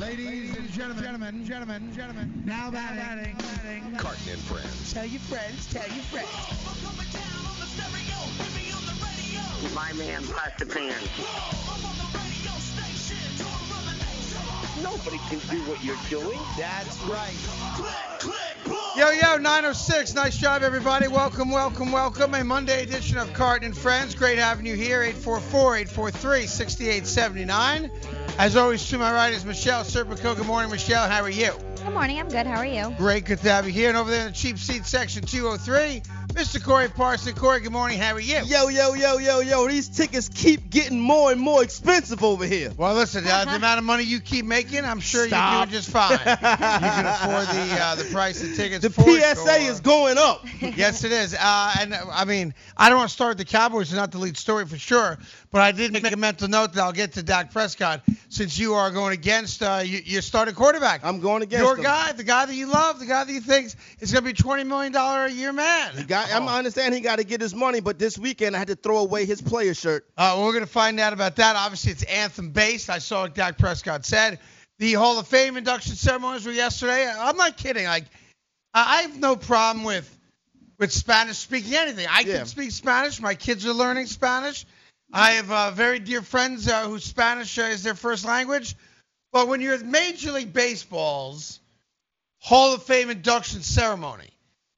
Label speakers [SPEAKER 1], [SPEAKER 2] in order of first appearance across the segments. [SPEAKER 1] Ladies and gentlemen, gentlemen, gentlemen, gentlemen. Now batting,
[SPEAKER 2] Carton and Friends.
[SPEAKER 3] Tell your friends, tell your friends.
[SPEAKER 4] My man, Pasta Pan. Nobody can do what you're doing.
[SPEAKER 3] That's right.
[SPEAKER 1] Yo, yo, 906. Nice job, everybody. Welcome, welcome, welcome. A Monday edition of Carton and Friends. Great having you here. 844 843 6879. As always, to my right is Michelle Serpico. Good morning, Michelle. How are you?
[SPEAKER 5] Good morning. I'm good. How are you?
[SPEAKER 1] Great. Good to have you here. And over there in the cheap seat section 203, Mr. Corey Parson. Corey, good morning. How are you?
[SPEAKER 3] Yo, yo, yo, yo, yo. These tickets keep getting more and more expensive over here.
[SPEAKER 1] Well, listen, uh, the amount of money you keep making, I'm sure you're
[SPEAKER 3] Stop.
[SPEAKER 1] doing just fine. you can afford the uh, the price of tickets.
[SPEAKER 3] The
[SPEAKER 1] for
[SPEAKER 3] PSA
[SPEAKER 1] sure.
[SPEAKER 3] is going up.
[SPEAKER 1] yes, it is. Uh, and uh, I mean, I don't want to start with the Cowboys, it's not the lead story for sure. But I did make a mental note that I'll get to Dak Prescott since you are going against uh, you, your starting quarterback.
[SPEAKER 3] I'm going against
[SPEAKER 1] your
[SPEAKER 3] them.
[SPEAKER 1] guy, the guy that you love, the guy that you think is going to be $20 million a year man.
[SPEAKER 3] The guy- I'm, I understand he got to get his money, but this weekend I had to throw away his player shirt.
[SPEAKER 1] Uh, we're going to find out about that. Obviously, it's anthem based. I saw what Dak Prescott said. The Hall of Fame induction ceremonies were yesterday. I'm not kidding. Like, I I have no problem with with Spanish speaking anything. I
[SPEAKER 3] Yeah.
[SPEAKER 1] can speak Spanish. My kids are learning Spanish. I have uh, very dear friends uh, whose Spanish uh, is their first language. But when you're at Major League Baseball's Hall of Fame induction ceremony,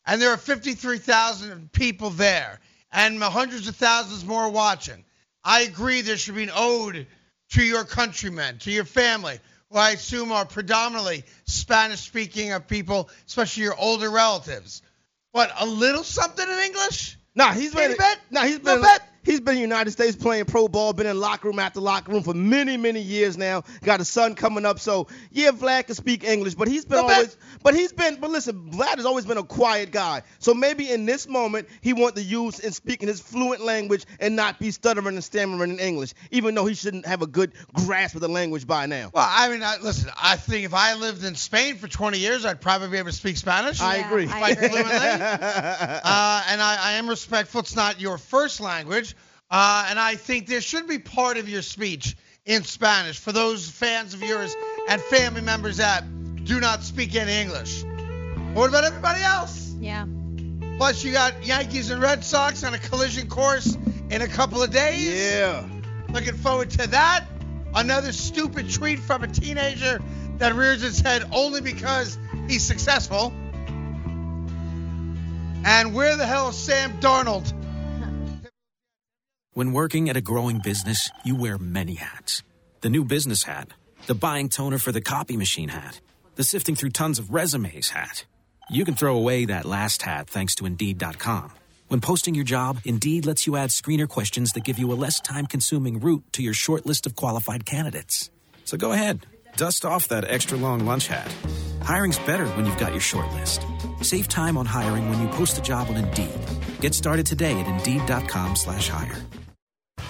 [SPEAKER 1] and there are 53,000 people there, and hundreds of thousands more watching, I agree there should be an ode to your countrymen, to your family, who I assume are predominantly Spanish speaking of people, especially your older relatives. But a little something in English?
[SPEAKER 3] Nah, he's
[SPEAKER 1] Any
[SPEAKER 3] been.
[SPEAKER 1] bet?
[SPEAKER 3] Nah, he's
[SPEAKER 1] No
[SPEAKER 3] been.
[SPEAKER 1] bet?
[SPEAKER 3] He's been in the United States playing pro ball, been in locker room after locker room for many, many years now. Got a son coming up, so yeah, Vlad can speak English, but he's been
[SPEAKER 1] No bet.
[SPEAKER 3] always. But he's been. But listen, Vlad has always been a quiet guy, so maybe in this moment he want to use and speak in his fluent language and not be stuttering and stammering in English, even though he shouldn't have a good grasp of the language by now.
[SPEAKER 1] Well, I mean, I, listen, I think if I lived in Spain for 20 years, I'd probably be able to speak Spanish.
[SPEAKER 3] I
[SPEAKER 5] Yeah,
[SPEAKER 3] agree.
[SPEAKER 5] I agree.
[SPEAKER 1] uh, and I, I am respectful. It's not your first language, uh, and I think there should be part of your speech in Spanish for those fans of yours and family members that do not speak any English. What about everybody else?
[SPEAKER 5] Yeah.
[SPEAKER 1] Plus, you got Yankees and Red Sox on a collision course in a couple of days.
[SPEAKER 3] yeah.
[SPEAKER 1] Looking forward to that. Another stupid tweet from a teenager that rears its head only because he's successful. And where the hell is Sam Darnold?
[SPEAKER 6] When working at a growing business, you wear many hats. The new business hat, the buying toner for the copy machine hat, the sifting through tons of resumes hat. You can throw away that last hat thanks to Indeed.com. When posting your job, Indeed lets you add screener questions that give you a less time consuming route to your short list of qualified candidates. So go ahead, dust off that extra long lunch hat. Hiring's better when you've got your short list. Save time on hiring when you post a job on Indeed. Get started today at Indeed.com slash hire.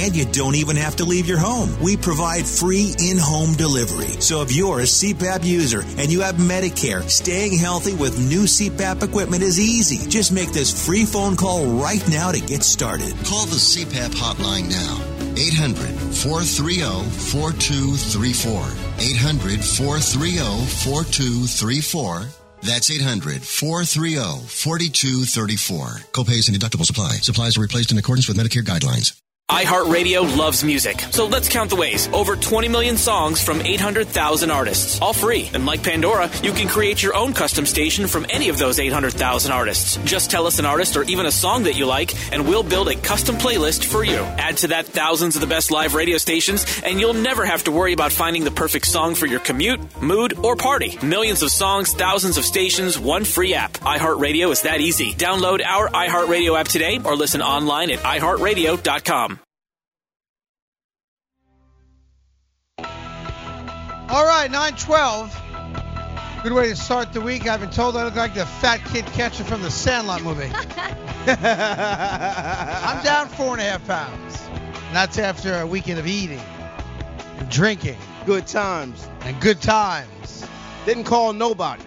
[SPEAKER 7] And you don't even have to leave your home. We provide free in home delivery. So if you're a CPAP user and you have Medicare, staying healthy with new CPAP equipment is easy. Just make this free phone call right now to get started.
[SPEAKER 8] Call the CPAP hotline now. 800 430 4234. 800 430 4234. That's 800 430 4234. Copays and deductibles apply. Supplies are replaced in accordance with Medicare guidelines.
[SPEAKER 5] iHeartRadio loves music. So let's count the ways. Over 20 million songs from 800,000 artists, all free. And like Pandora, you can create your own custom station from any of those 800,000 artists. Just tell us an artist or even a song that you like, and we'll build a custom playlist for you. Add to that thousands of the best live radio stations, and you'll never have to worry about finding the perfect song for your commute, mood, or party. Millions of songs, thousands of stations, one free app. iHeartRadio is that easy. Download our iHeartRadio app today or listen online at iHeartRadio.com.
[SPEAKER 1] All right, 912. Good way to start the week. I've been told I look like the fat kid catcher from the Sandlot movie. I'm down four and a half pounds. And that's after a weekend of eating and drinking
[SPEAKER 3] Good times.
[SPEAKER 1] and good times.
[SPEAKER 3] Didn't call nobody.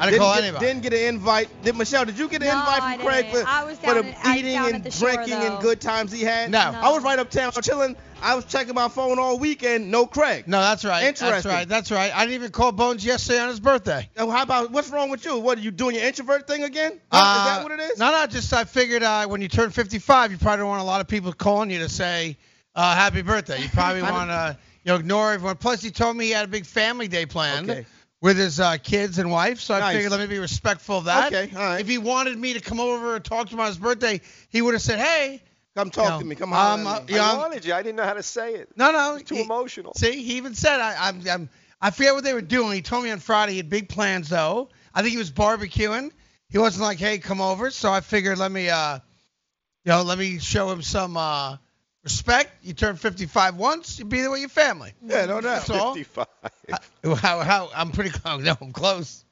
[SPEAKER 1] I didn't call
[SPEAKER 3] get,
[SPEAKER 1] anybody.
[SPEAKER 3] Didn't get an invite. Did Michelle? Did you get an
[SPEAKER 9] No,
[SPEAKER 3] invite
[SPEAKER 9] I
[SPEAKER 3] from Craig
[SPEAKER 9] didn't.
[SPEAKER 3] for,
[SPEAKER 9] I was
[SPEAKER 3] for
[SPEAKER 9] down
[SPEAKER 3] the
[SPEAKER 9] in- I was
[SPEAKER 3] eating
[SPEAKER 9] down at
[SPEAKER 3] and
[SPEAKER 9] the shore,
[SPEAKER 3] drinking and
[SPEAKER 9] though.
[SPEAKER 3] good times he had?
[SPEAKER 1] No.
[SPEAKER 3] I was right uptown chilling. I was checking my phone all weekend. No Craig.
[SPEAKER 1] No, that's right. That's
[SPEAKER 3] Interesting.
[SPEAKER 1] right. That's right. I didn't even call Bones yesterday on his birthday.
[SPEAKER 3] Oh, How about what's wrong with you? What are you doing your introvert thing again?
[SPEAKER 1] Uh,
[SPEAKER 3] is that what it is?
[SPEAKER 1] No, no. Just I figured uh, when you turn 55, you probably don't want a lot of people calling you to say uh, happy birthday. You probably want to you know, ignore everyone. Plus, he told me he had a big family day planned
[SPEAKER 3] Okay.
[SPEAKER 1] with his uh, kids and wife. So I
[SPEAKER 3] Nice.
[SPEAKER 1] figured let me be respectful of that.
[SPEAKER 3] Okay, all right.
[SPEAKER 1] If he wanted me to come over and talk to him on his birthday, he would have said, "Hey."
[SPEAKER 3] Come talk
[SPEAKER 1] No.
[SPEAKER 3] to me. Come
[SPEAKER 1] Um,
[SPEAKER 3] on.
[SPEAKER 1] uh,
[SPEAKER 3] me.
[SPEAKER 1] yeah,
[SPEAKER 2] I
[SPEAKER 1] I'm-
[SPEAKER 2] wanted you. I didn't know how to say it.
[SPEAKER 1] No, no.
[SPEAKER 2] It's too
[SPEAKER 1] he-
[SPEAKER 2] emotional.
[SPEAKER 1] See, he even said I, I'm, I'm. I forget what they were doing. He told me on Friday he had big plans though. I think he was barbecuing. He wasn't like, hey, come over. So I figured let me, uh, you know, let me show him some uh, respect. You turn 55 once, you be there with your family.
[SPEAKER 3] yeah, no doubt.
[SPEAKER 1] That's all.
[SPEAKER 2] 55.
[SPEAKER 1] How, how, I'm pretty close. No, I'm close.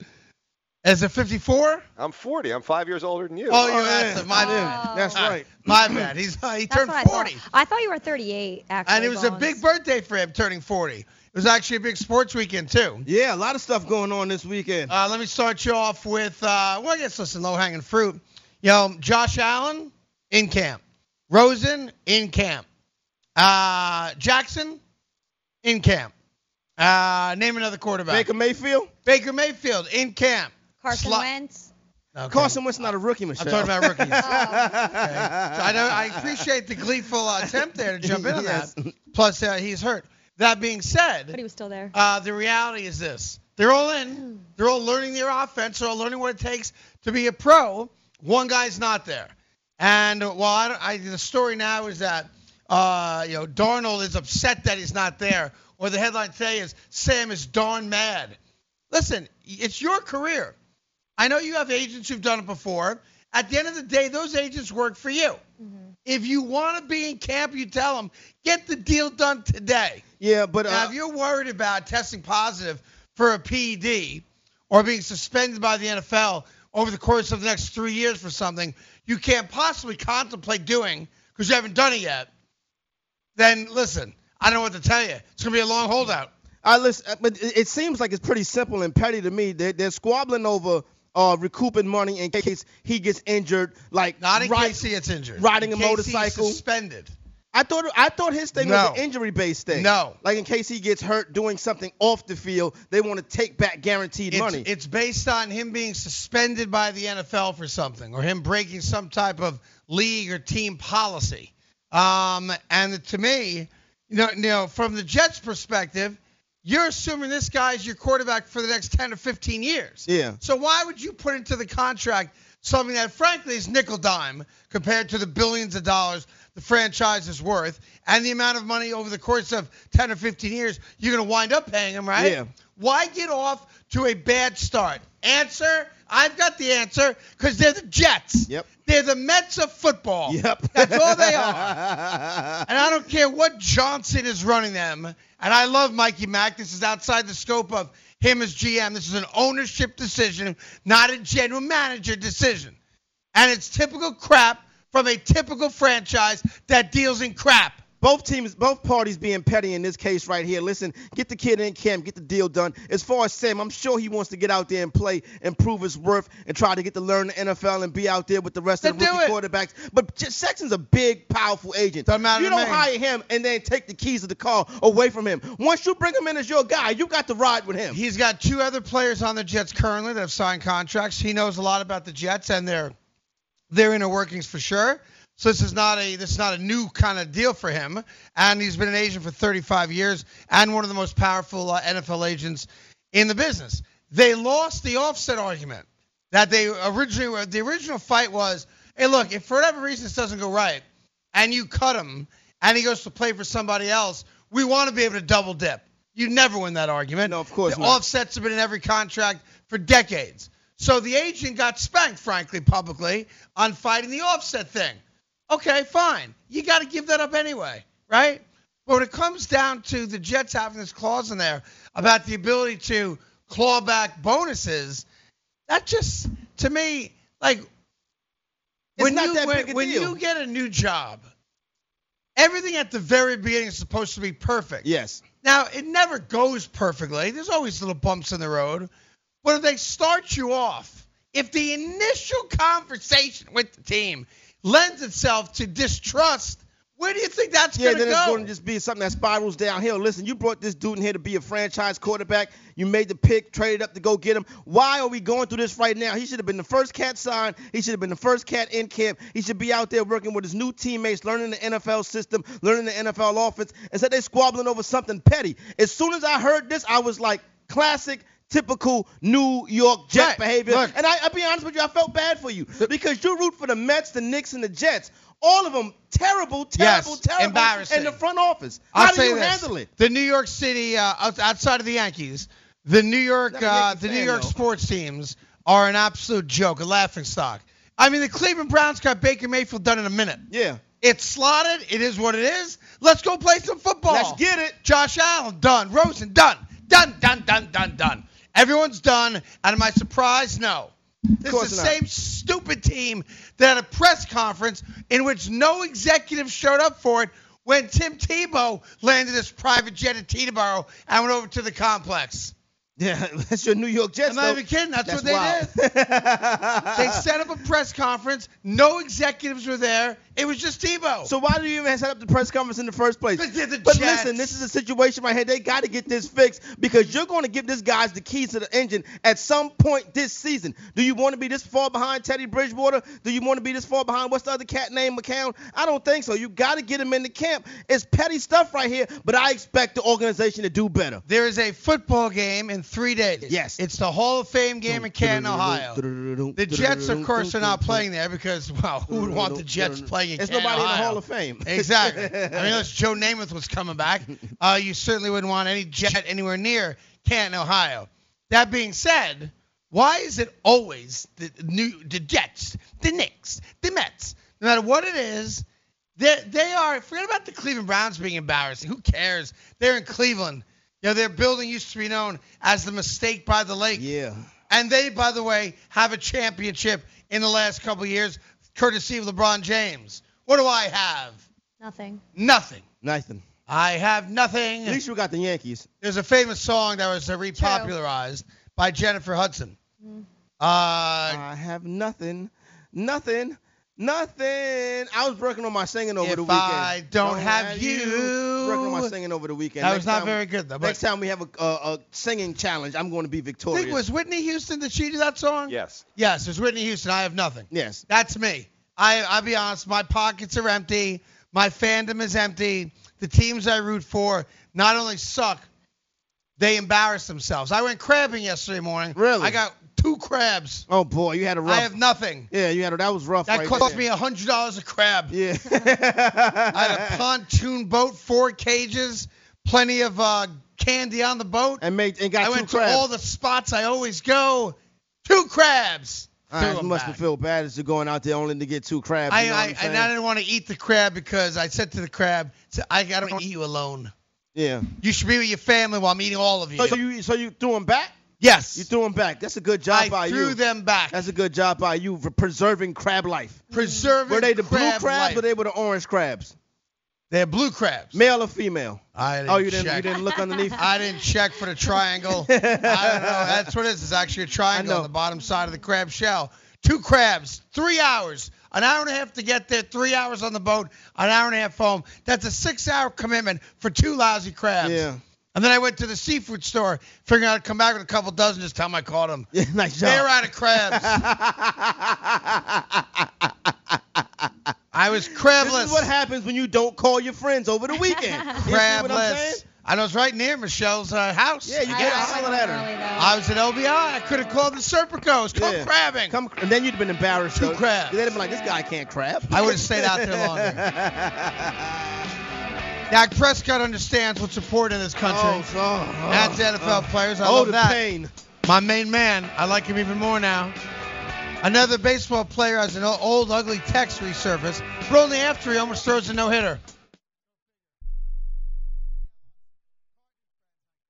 [SPEAKER 1] Is it 54?
[SPEAKER 2] I'm 40. I'm five years older than you.
[SPEAKER 1] Oh, Ah. you
[SPEAKER 3] yeah.
[SPEAKER 1] asked him. My bad.
[SPEAKER 9] Oh.
[SPEAKER 3] That's right.
[SPEAKER 1] My bad. He's uh, he
[SPEAKER 9] That's
[SPEAKER 1] turned
[SPEAKER 9] what I
[SPEAKER 1] 40.
[SPEAKER 9] thought. I thought you were 38, actually.
[SPEAKER 1] And it was a
[SPEAKER 9] Bones.
[SPEAKER 1] big birthday for him turning 40. It was actually a big sports weekend too.
[SPEAKER 3] Yeah, a lot of stuff going on this weekend.
[SPEAKER 1] Uh, let me start you off with, uh, well, I guess, listen, low hanging fruit. You know, Josh Allen in camp, Rosen in camp, uh, Jackson in camp. Uh, name another quarterback.
[SPEAKER 3] Baker Mayfield.
[SPEAKER 1] Baker Mayfield in camp.
[SPEAKER 9] Carson
[SPEAKER 1] Sli-
[SPEAKER 9] Wentz.
[SPEAKER 1] Okay.
[SPEAKER 3] Carson Wentz not a rookie,
[SPEAKER 1] I'm
[SPEAKER 3] Michelle. Oh.
[SPEAKER 1] talking about rookies. So I,
[SPEAKER 3] I
[SPEAKER 1] know, I appreciate the gleeful uh, attempt there to jump in on
[SPEAKER 3] Yes.
[SPEAKER 1] that. Plus, uh, he's hurt. That being said,
[SPEAKER 9] But he was still there.
[SPEAKER 1] uh, the reality is this: they're all in. They're all learning their offense. They're all learning what it takes to be a pro. One guy's not there, and while I, don't- I, the story now is that uh, you know Darnold is upset that he's not there, or the headline today is Sam is darn mad. Listen, it's your career. I know you have agents who've done it before. At the end of the day, those agents work for you. If you want to be in camp, you tell them, get the deal done today.
[SPEAKER 3] Yeah, but
[SPEAKER 1] Now,
[SPEAKER 3] uh,
[SPEAKER 1] if you're worried about testing positive for a PED or being suspended by the NFL over the course of the next three years for something you can't possibly contemplate doing because you haven't done it yet, then listen, I don't know what to tell you. It's going to be a long holdout.
[SPEAKER 3] I listen. But it it seems like it's pretty simple and petty to me. They're, they're squabbling over uh, recouping money in case he gets injured. Like
[SPEAKER 1] Not in
[SPEAKER 3] right.
[SPEAKER 1] case he gets injured.
[SPEAKER 3] riding
[SPEAKER 1] In
[SPEAKER 3] a
[SPEAKER 1] case
[SPEAKER 3] motorcycle.
[SPEAKER 1] He's suspended.
[SPEAKER 3] I thought I thought his thing
[SPEAKER 1] No.
[SPEAKER 3] was an injury based thing.
[SPEAKER 1] No.
[SPEAKER 3] Like in case he gets hurt doing something off the field, they want to take back guaranteed
[SPEAKER 1] It's,
[SPEAKER 3] money.
[SPEAKER 1] it's based on him being suspended by the NFL for something or him breaking some type of league or team policy. Um, and to me, you know, you know, from the Jets' perspective, you're assuming this guy's your quarterback for the next 10 or 15 years.
[SPEAKER 3] Yeah.
[SPEAKER 1] So why would you put into the contract something that, frankly, is nickel dime compared to the billions of dollars the franchise is worth and the amount of money over the course of 10 or 15 years you're going to wind up paying him, right?
[SPEAKER 3] Yeah.
[SPEAKER 1] Why get off to a bad start? Answer: I've got the answer because they're the Jets.
[SPEAKER 3] Yep.
[SPEAKER 1] They're the Mets of football.
[SPEAKER 3] Yep.
[SPEAKER 1] That's all they are. and I don't care what Johnson is running them. And I love Mikey Mack. This is outside the scope of him as GM. This is an ownership decision, not a general manager decision. And it's typical crap from a typical franchise that deals in crap.
[SPEAKER 3] both teams, both parties being petty in this case right here. Listen, get the kid in camp, get the deal done. As far as Sam, I'm sure he wants to get out there and play and prove his worth and try to get to learn the NFL and be out there with the rest of the
[SPEAKER 1] Then do
[SPEAKER 3] rookie
[SPEAKER 1] it.
[SPEAKER 3] quarterbacks. But J- Sexton's a big, powerful agent.
[SPEAKER 1] Doesn't matter
[SPEAKER 3] you
[SPEAKER 1] to
[SPEAKER 3] don't
[SPEAKER 1] me.
[SPEAKER 3] hire him and then take the keys of the car away from him. Once you bring him in as your guy, you got to ride with him.
[SPEAKER 1] He's got two other players on the Jets currently that have signed contracts. He knows a lot about the Jets and their their inner workings for sure. So this is not a this is not a new kind of deal for him. And he's been an agent for 35 years and one of the most powerful uh, NFL agents in the business. They lost the offset argument that they originally the original fight was, hey look, if for whatever reason this doesn't go right, and you cut him and he goes to play for somebody else, we want to be able to double dip. You never win that argument.
[SPEAKER 3] No, of course
[SPEAKER 1] the
[SPEAKER 3] not.
[SPEAKER 1] offsets have been in every contract for decades. So the agent got spanked, frankly, publicly on fighting the offset thing. Okay, fine. You got to give that up anyway, right? But when it comes down to the Jets having this clause in there about the ability to claw back bonuses, that just to me, like when
[SPEAKER 3] not
[SPEAKER 1] you
[SPEAKER 3] that
[SPEAKER 1] when,
[SPEAKER 3] big a
[SPEAKER 1] when
[SPEAKER 3] deal.
[SPEAKER 1] you get a new job, everything at the very beginning is supposed to be perfect.
[SPEAKER 3] yes.
[SPEAKER 1] Now it never goes perfectly. There's always little bumps in the road. But if they start you off, if the initial conversation with the team lends itself to distrust, where do you think that's
[SPEAKER 3] Yeah,
[SPEAKER 1] going to
[SPEAKER 3] then
[SPEAKER 1] go?
[SPEAKER 3] it's going to just be something that spirals downhill. Listen, you brought this dude in here to be a franchise quarterback. You made the pick, traded up to go get him. Why are we going through this right now? He should have been the first cat signed. He should have been the first cat in camp. He should be out there working with his new teammates, learning the NFL system, learning the NFL offense. Instead, they squabbling over something petty. As soon as I heard this, I was like, classic. Typical New York Jet
[SPEAKER 1] Right.
[SPEAKER 3] behavior.
[SPEAKER 1] Look.
[SPEAKER 3] And I, I'll be honest with you, I felt bad for you because you root for the Mets, the Knicks, and the Jets. All of them terrible,
[SPEAKER 1] Yes,
[SPEAKER 3] terrible, terrible,
[SPEAKER 1] embarrassing.
[SPEAKER 3] And the front office. How
[SPEAKER 1] I'll
[SPEAKER 3] do
[SPEAKER 1] say
[SPEAKER 3] you
[SPEAKER 1] this.
[SPEAKER 3] handle it?
[SPEAKER 1] The New York City, uh, out- outside of the Yankees, the New York,
[SPEAKER 3] Not a
[SPEAKER 1] uh,
[SPEAKER 3] Yankee
[SPEAKER 1] the New
[SPEAKER 3] fan,
[SPEAKER 1] York
[SPEAKER 3] though.
[SPEAKER 1] sports teams are an absolute joke, a laughing stock. I mean, the Cleveland Browns got Baker Mayfield done in a minute.
[SPEAKER 3] Yeah.
[SPEAKER 1] It's slotted. It is what it is. Let's go play some football.
[SPEAKER 3] Let's get it.
[SPEAKER 1] Josh Allen done. Rosen done. Done. Done. Done. Done. Done. Everyone's done. And am I surprised? No. This
[SPEAKER 3] course
[SPEAKER 1] is the
[SPEAKER 3] not.
[SPEAKER 1] same stupid team that had a press conference in which no executive showed up for it when Tim Tebow landed his private jet at Teterboro and went over to the complex.
[SPEAKER 3] Yeah, that's your New York Jets.
[SPEAKER 1] I'm not
[SPEAKER 3] though.
[SPEAKER 1] even kidding. That's, what they did.
[SPEAKER 3] wild.
[SPEAKER 1] They set up a press conference. No executives were there. It was just Tebow.
[SPEAKER 3] So why do you even set up the press conference in the first place?
[SPEAKER 1] But they're the
[SPEAKER 3] But
[SPEAKER 1] Jets.
[SPEAKER 3] listen, this is a situation right here. They got to get this fixed because you're going to give this guys the keys to the engine at some point this season. Do you want to be this far behind Teddy Bridgewater? Do you want to be this far behind what's the other cat named McCown? I don't think so. You got to get him in the camp. It's petty stuff right here, but I expect the organization to do better.
[SPEAKER 1] There is a football game in three days.
[SPEAKER 3] Yes.
[SPEAKER 1] It's the Hall of Fame game in Canton, Ohio. The Jets, of course, are not playing there because, well, who would want the Jets playing in
[SPEAKER 3] There's
[SPEAKER 1] Canton,
[SPEAKER 3] nobody in the
[SPEAKER 1] Ohio?
[SPEAKER 3] Hall of Fame.
[SPEAKER 1] Exactly. I mean, unless Joe Namath was coming back, uh, you certainly wouldn't want any Jet anywhere near Canton, Ohio. That being said, why is it always the new the Jets, the Knicks, the Mets? No matter what it is, they they are. Forget about the Cleveland Browns being embarrassing. Who cares? They're in Cleveland. You know, their building used to be known as the Mistake by the Lake.
[SPEAKER 3] yeah.
[SPEAKER 1] And they, by the way, have a championship in the last couple of years, courtesy of LeBron James. What do I have?
[SPEAKER 9] Nothing.
[SPEAKER 1] Nothing.
[SPEAKER 3] Nathan.
[SPEAKER 1] I have nothing.
[SPEAKER 3] At least you got the Yankees.
[SPEAKER 1] There's a famous song that was uh, repopularized by Jennifer Hudson. Uh,
[SPEAKER 3] I have nothing, nothing, nothing. I was working on my singing over
[SPEAKER 1] If
[SPEAKER 3] the weekend.
[SPEAKER 1] I don't have you.
[SPEAKER 3] Working on my singing over the weekend.
[SPEAKER 1] that
[SPEAKER 3] Next
[SPEAKER 1] was not
[SPEAKER 3] time-
[SPEAKER 1] very good though.
[SPEAKER 3] Next
[SPEAKER 1] But
[SPEAKER 3] time we have a, a, a singing challenge, I'm going to be
[SPEAKER 1] I
[SPEAKER 3] victorious.
[SPEAKER 1] think it was Whitney Houston that she did that song.
[SPEAKER 2] Yes.
[SPEAKER 1] Yes, it was Whitney Houston. I have nothing.
[SPEAKER 3] yes.
[SPEAKER 1] That's me. I I'll be honest, my pockets are empty. My fandom is empty. The teams I root for not only suck, they embarrass themselves. I went crabbing yesterday morning.
[SPEAKER 3] Really?
[SPEAKER 1] I got two crabs.
[SPEAKER 3] Oh boy, you had a rough.
[SPEAKER 1] I have nothing.
[SPEAKER 3] yeah, you had a, that was rough.
[SPEAKER 1] That
[SPEAKER 3] right
[SPEAKER 1] cost
[SPEAKER 3] there.
[SPEAKER 1] me a hundred dollars a crab.
[SPEAKER 3] Yeah.
[SPEAKER 1] I had a pontoon boat, four cages, plenty of uh, candy on the boat.
[SPEAKER 3] and made and got
[SPEAKER 1] I
[SPEAKER 3] two
[SPEAKER 1] went
[SPEAKER 3] crabs.
[SPEAKER 1] to all the spots I always go. Two crabs.
[SPEAKER 3] All
[SPEAKER 1] Threw
[SPEAKER 3] right,
[SPEAKER 1] 'em
[SPEAKER 3] you must
[SPEAKER 1] back.
[SPEAKER 3] feel bad as you're going out there only to get two crabs.
[SPEAKER 1] I,
[SPEAKER 3] you know what
[SPEAKER 1] I,
[SPEAKER 3] I'm
[SPEAKER 1] and
[SPEAKER 3] saying?
[SPEAKER 1] I didn't want to eat the crab because I said to the crab, "So I gotta eat you alone.
[SPEAKER 3] yeah.
[SPEAKER 1] You should be with your family while I'm eating all of you.
[SPEAKER 3] So you so you threw him back?
[SPEAKER 1] yes.
[SPEAKER 3] You threw him back. That's a good job by
[SPEAKER 1] I threw
[SPEAKER 3] you.
[SPEAKER 1] them back.
[SPEAKER 3] That's a good job by you for preserving crab life.
[SPEAKER 1] preserving
[SPEAKER 3] Were they the blue
[SPEAKER 1] crab
[SPEAKER 3] crabs
[SPEAKER 1] life.
[SPEAKER 3] or they were the orange crabs?
[SPEAKER 1] They're blue crabs.
[SPEAKER 3] Male or female?
[SPEAKER 1] I didn't
[SPEAKER 3] Oh, you didn't
[SPEAKER 1] check.
[SPEAKER 3] you didn't look underneath?
[SPEAKER 1] I didn't check for the triangle. I don't know. That's what it is. It's actually a triangle
[SPEAKER 3] I know.
[SPEAKER 1] on the bottom side of the crab shell. Two crabs, three hours, an hour and a half to get there, three hours on the boat, an hour and a half home. That's a six-hour commitment for two lousy crabs.
[SPEAKER 3] Yeah.
[SPEAKER 1] And then I went to the seafood store, figuring out I'd come back with a couple dozen. Just tell them I caught them.
[SPEAKER 3] Yeah, nice job.
[SPEAKER 1] They're out of crabs. I was
[SPEAKER 3] This
[SPEAKER 1] crabless.
[SPEAKER 3] is what happens when you don't call your friends over the weekend. You see what I'm saying?
[SPEAKER 1] Crabless. I know it's right near Michelle's uh, house.
[SPEAKER 3] Yeah, you
[SPEAKER 9] I-
[SPEAKER 3] get
[SPEAKER 9] I
[SPEAKER 3] a holler
[SPEAKER 9] wasn't
[SPEAKER 3] at her.
[SPEAKER 9] really, though.
[SPEAKER 1] I was at LBI. I could have called the Serpicos. Come
[SPEAKER 3] Yeah.
[SPEAKER 1] crabbing.
[SPEAKER 3] Come, and then you'd have been embarrassed.
[SPEAKER 1] Two
[SPEAKER 3] though.
[SPEAKER 1] crabs.
[SPEAKER 3] They'd have been like, this guy can't crab.
[SPEAKER 1] I would have stayed out there longer. Dak Prescott understands what's important in this country.
[SPEAKER 3] oh, so, oh,
[SPEAKER 1] That's NFL players. I
[SPEAKER 3] oh,
[SPEAKER 1] love
[SPEAKER 3] the
[SPEAKER 1] that.
[SPEAKER 3] pain.
[SPEAKER 1] My main man. I like him even more now. Another baseball player has an o- old, ugly text resurfaced, but only after he almost throws a no hitter.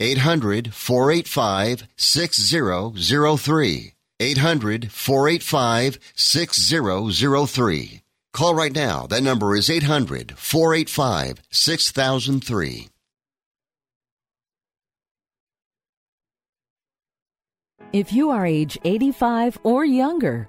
[SPEAKER 8] 800 485 6003. 800 485 6003. Call right now. That number is 800 485 6003.
[SPEAKER 10] If you are age 85 or younger,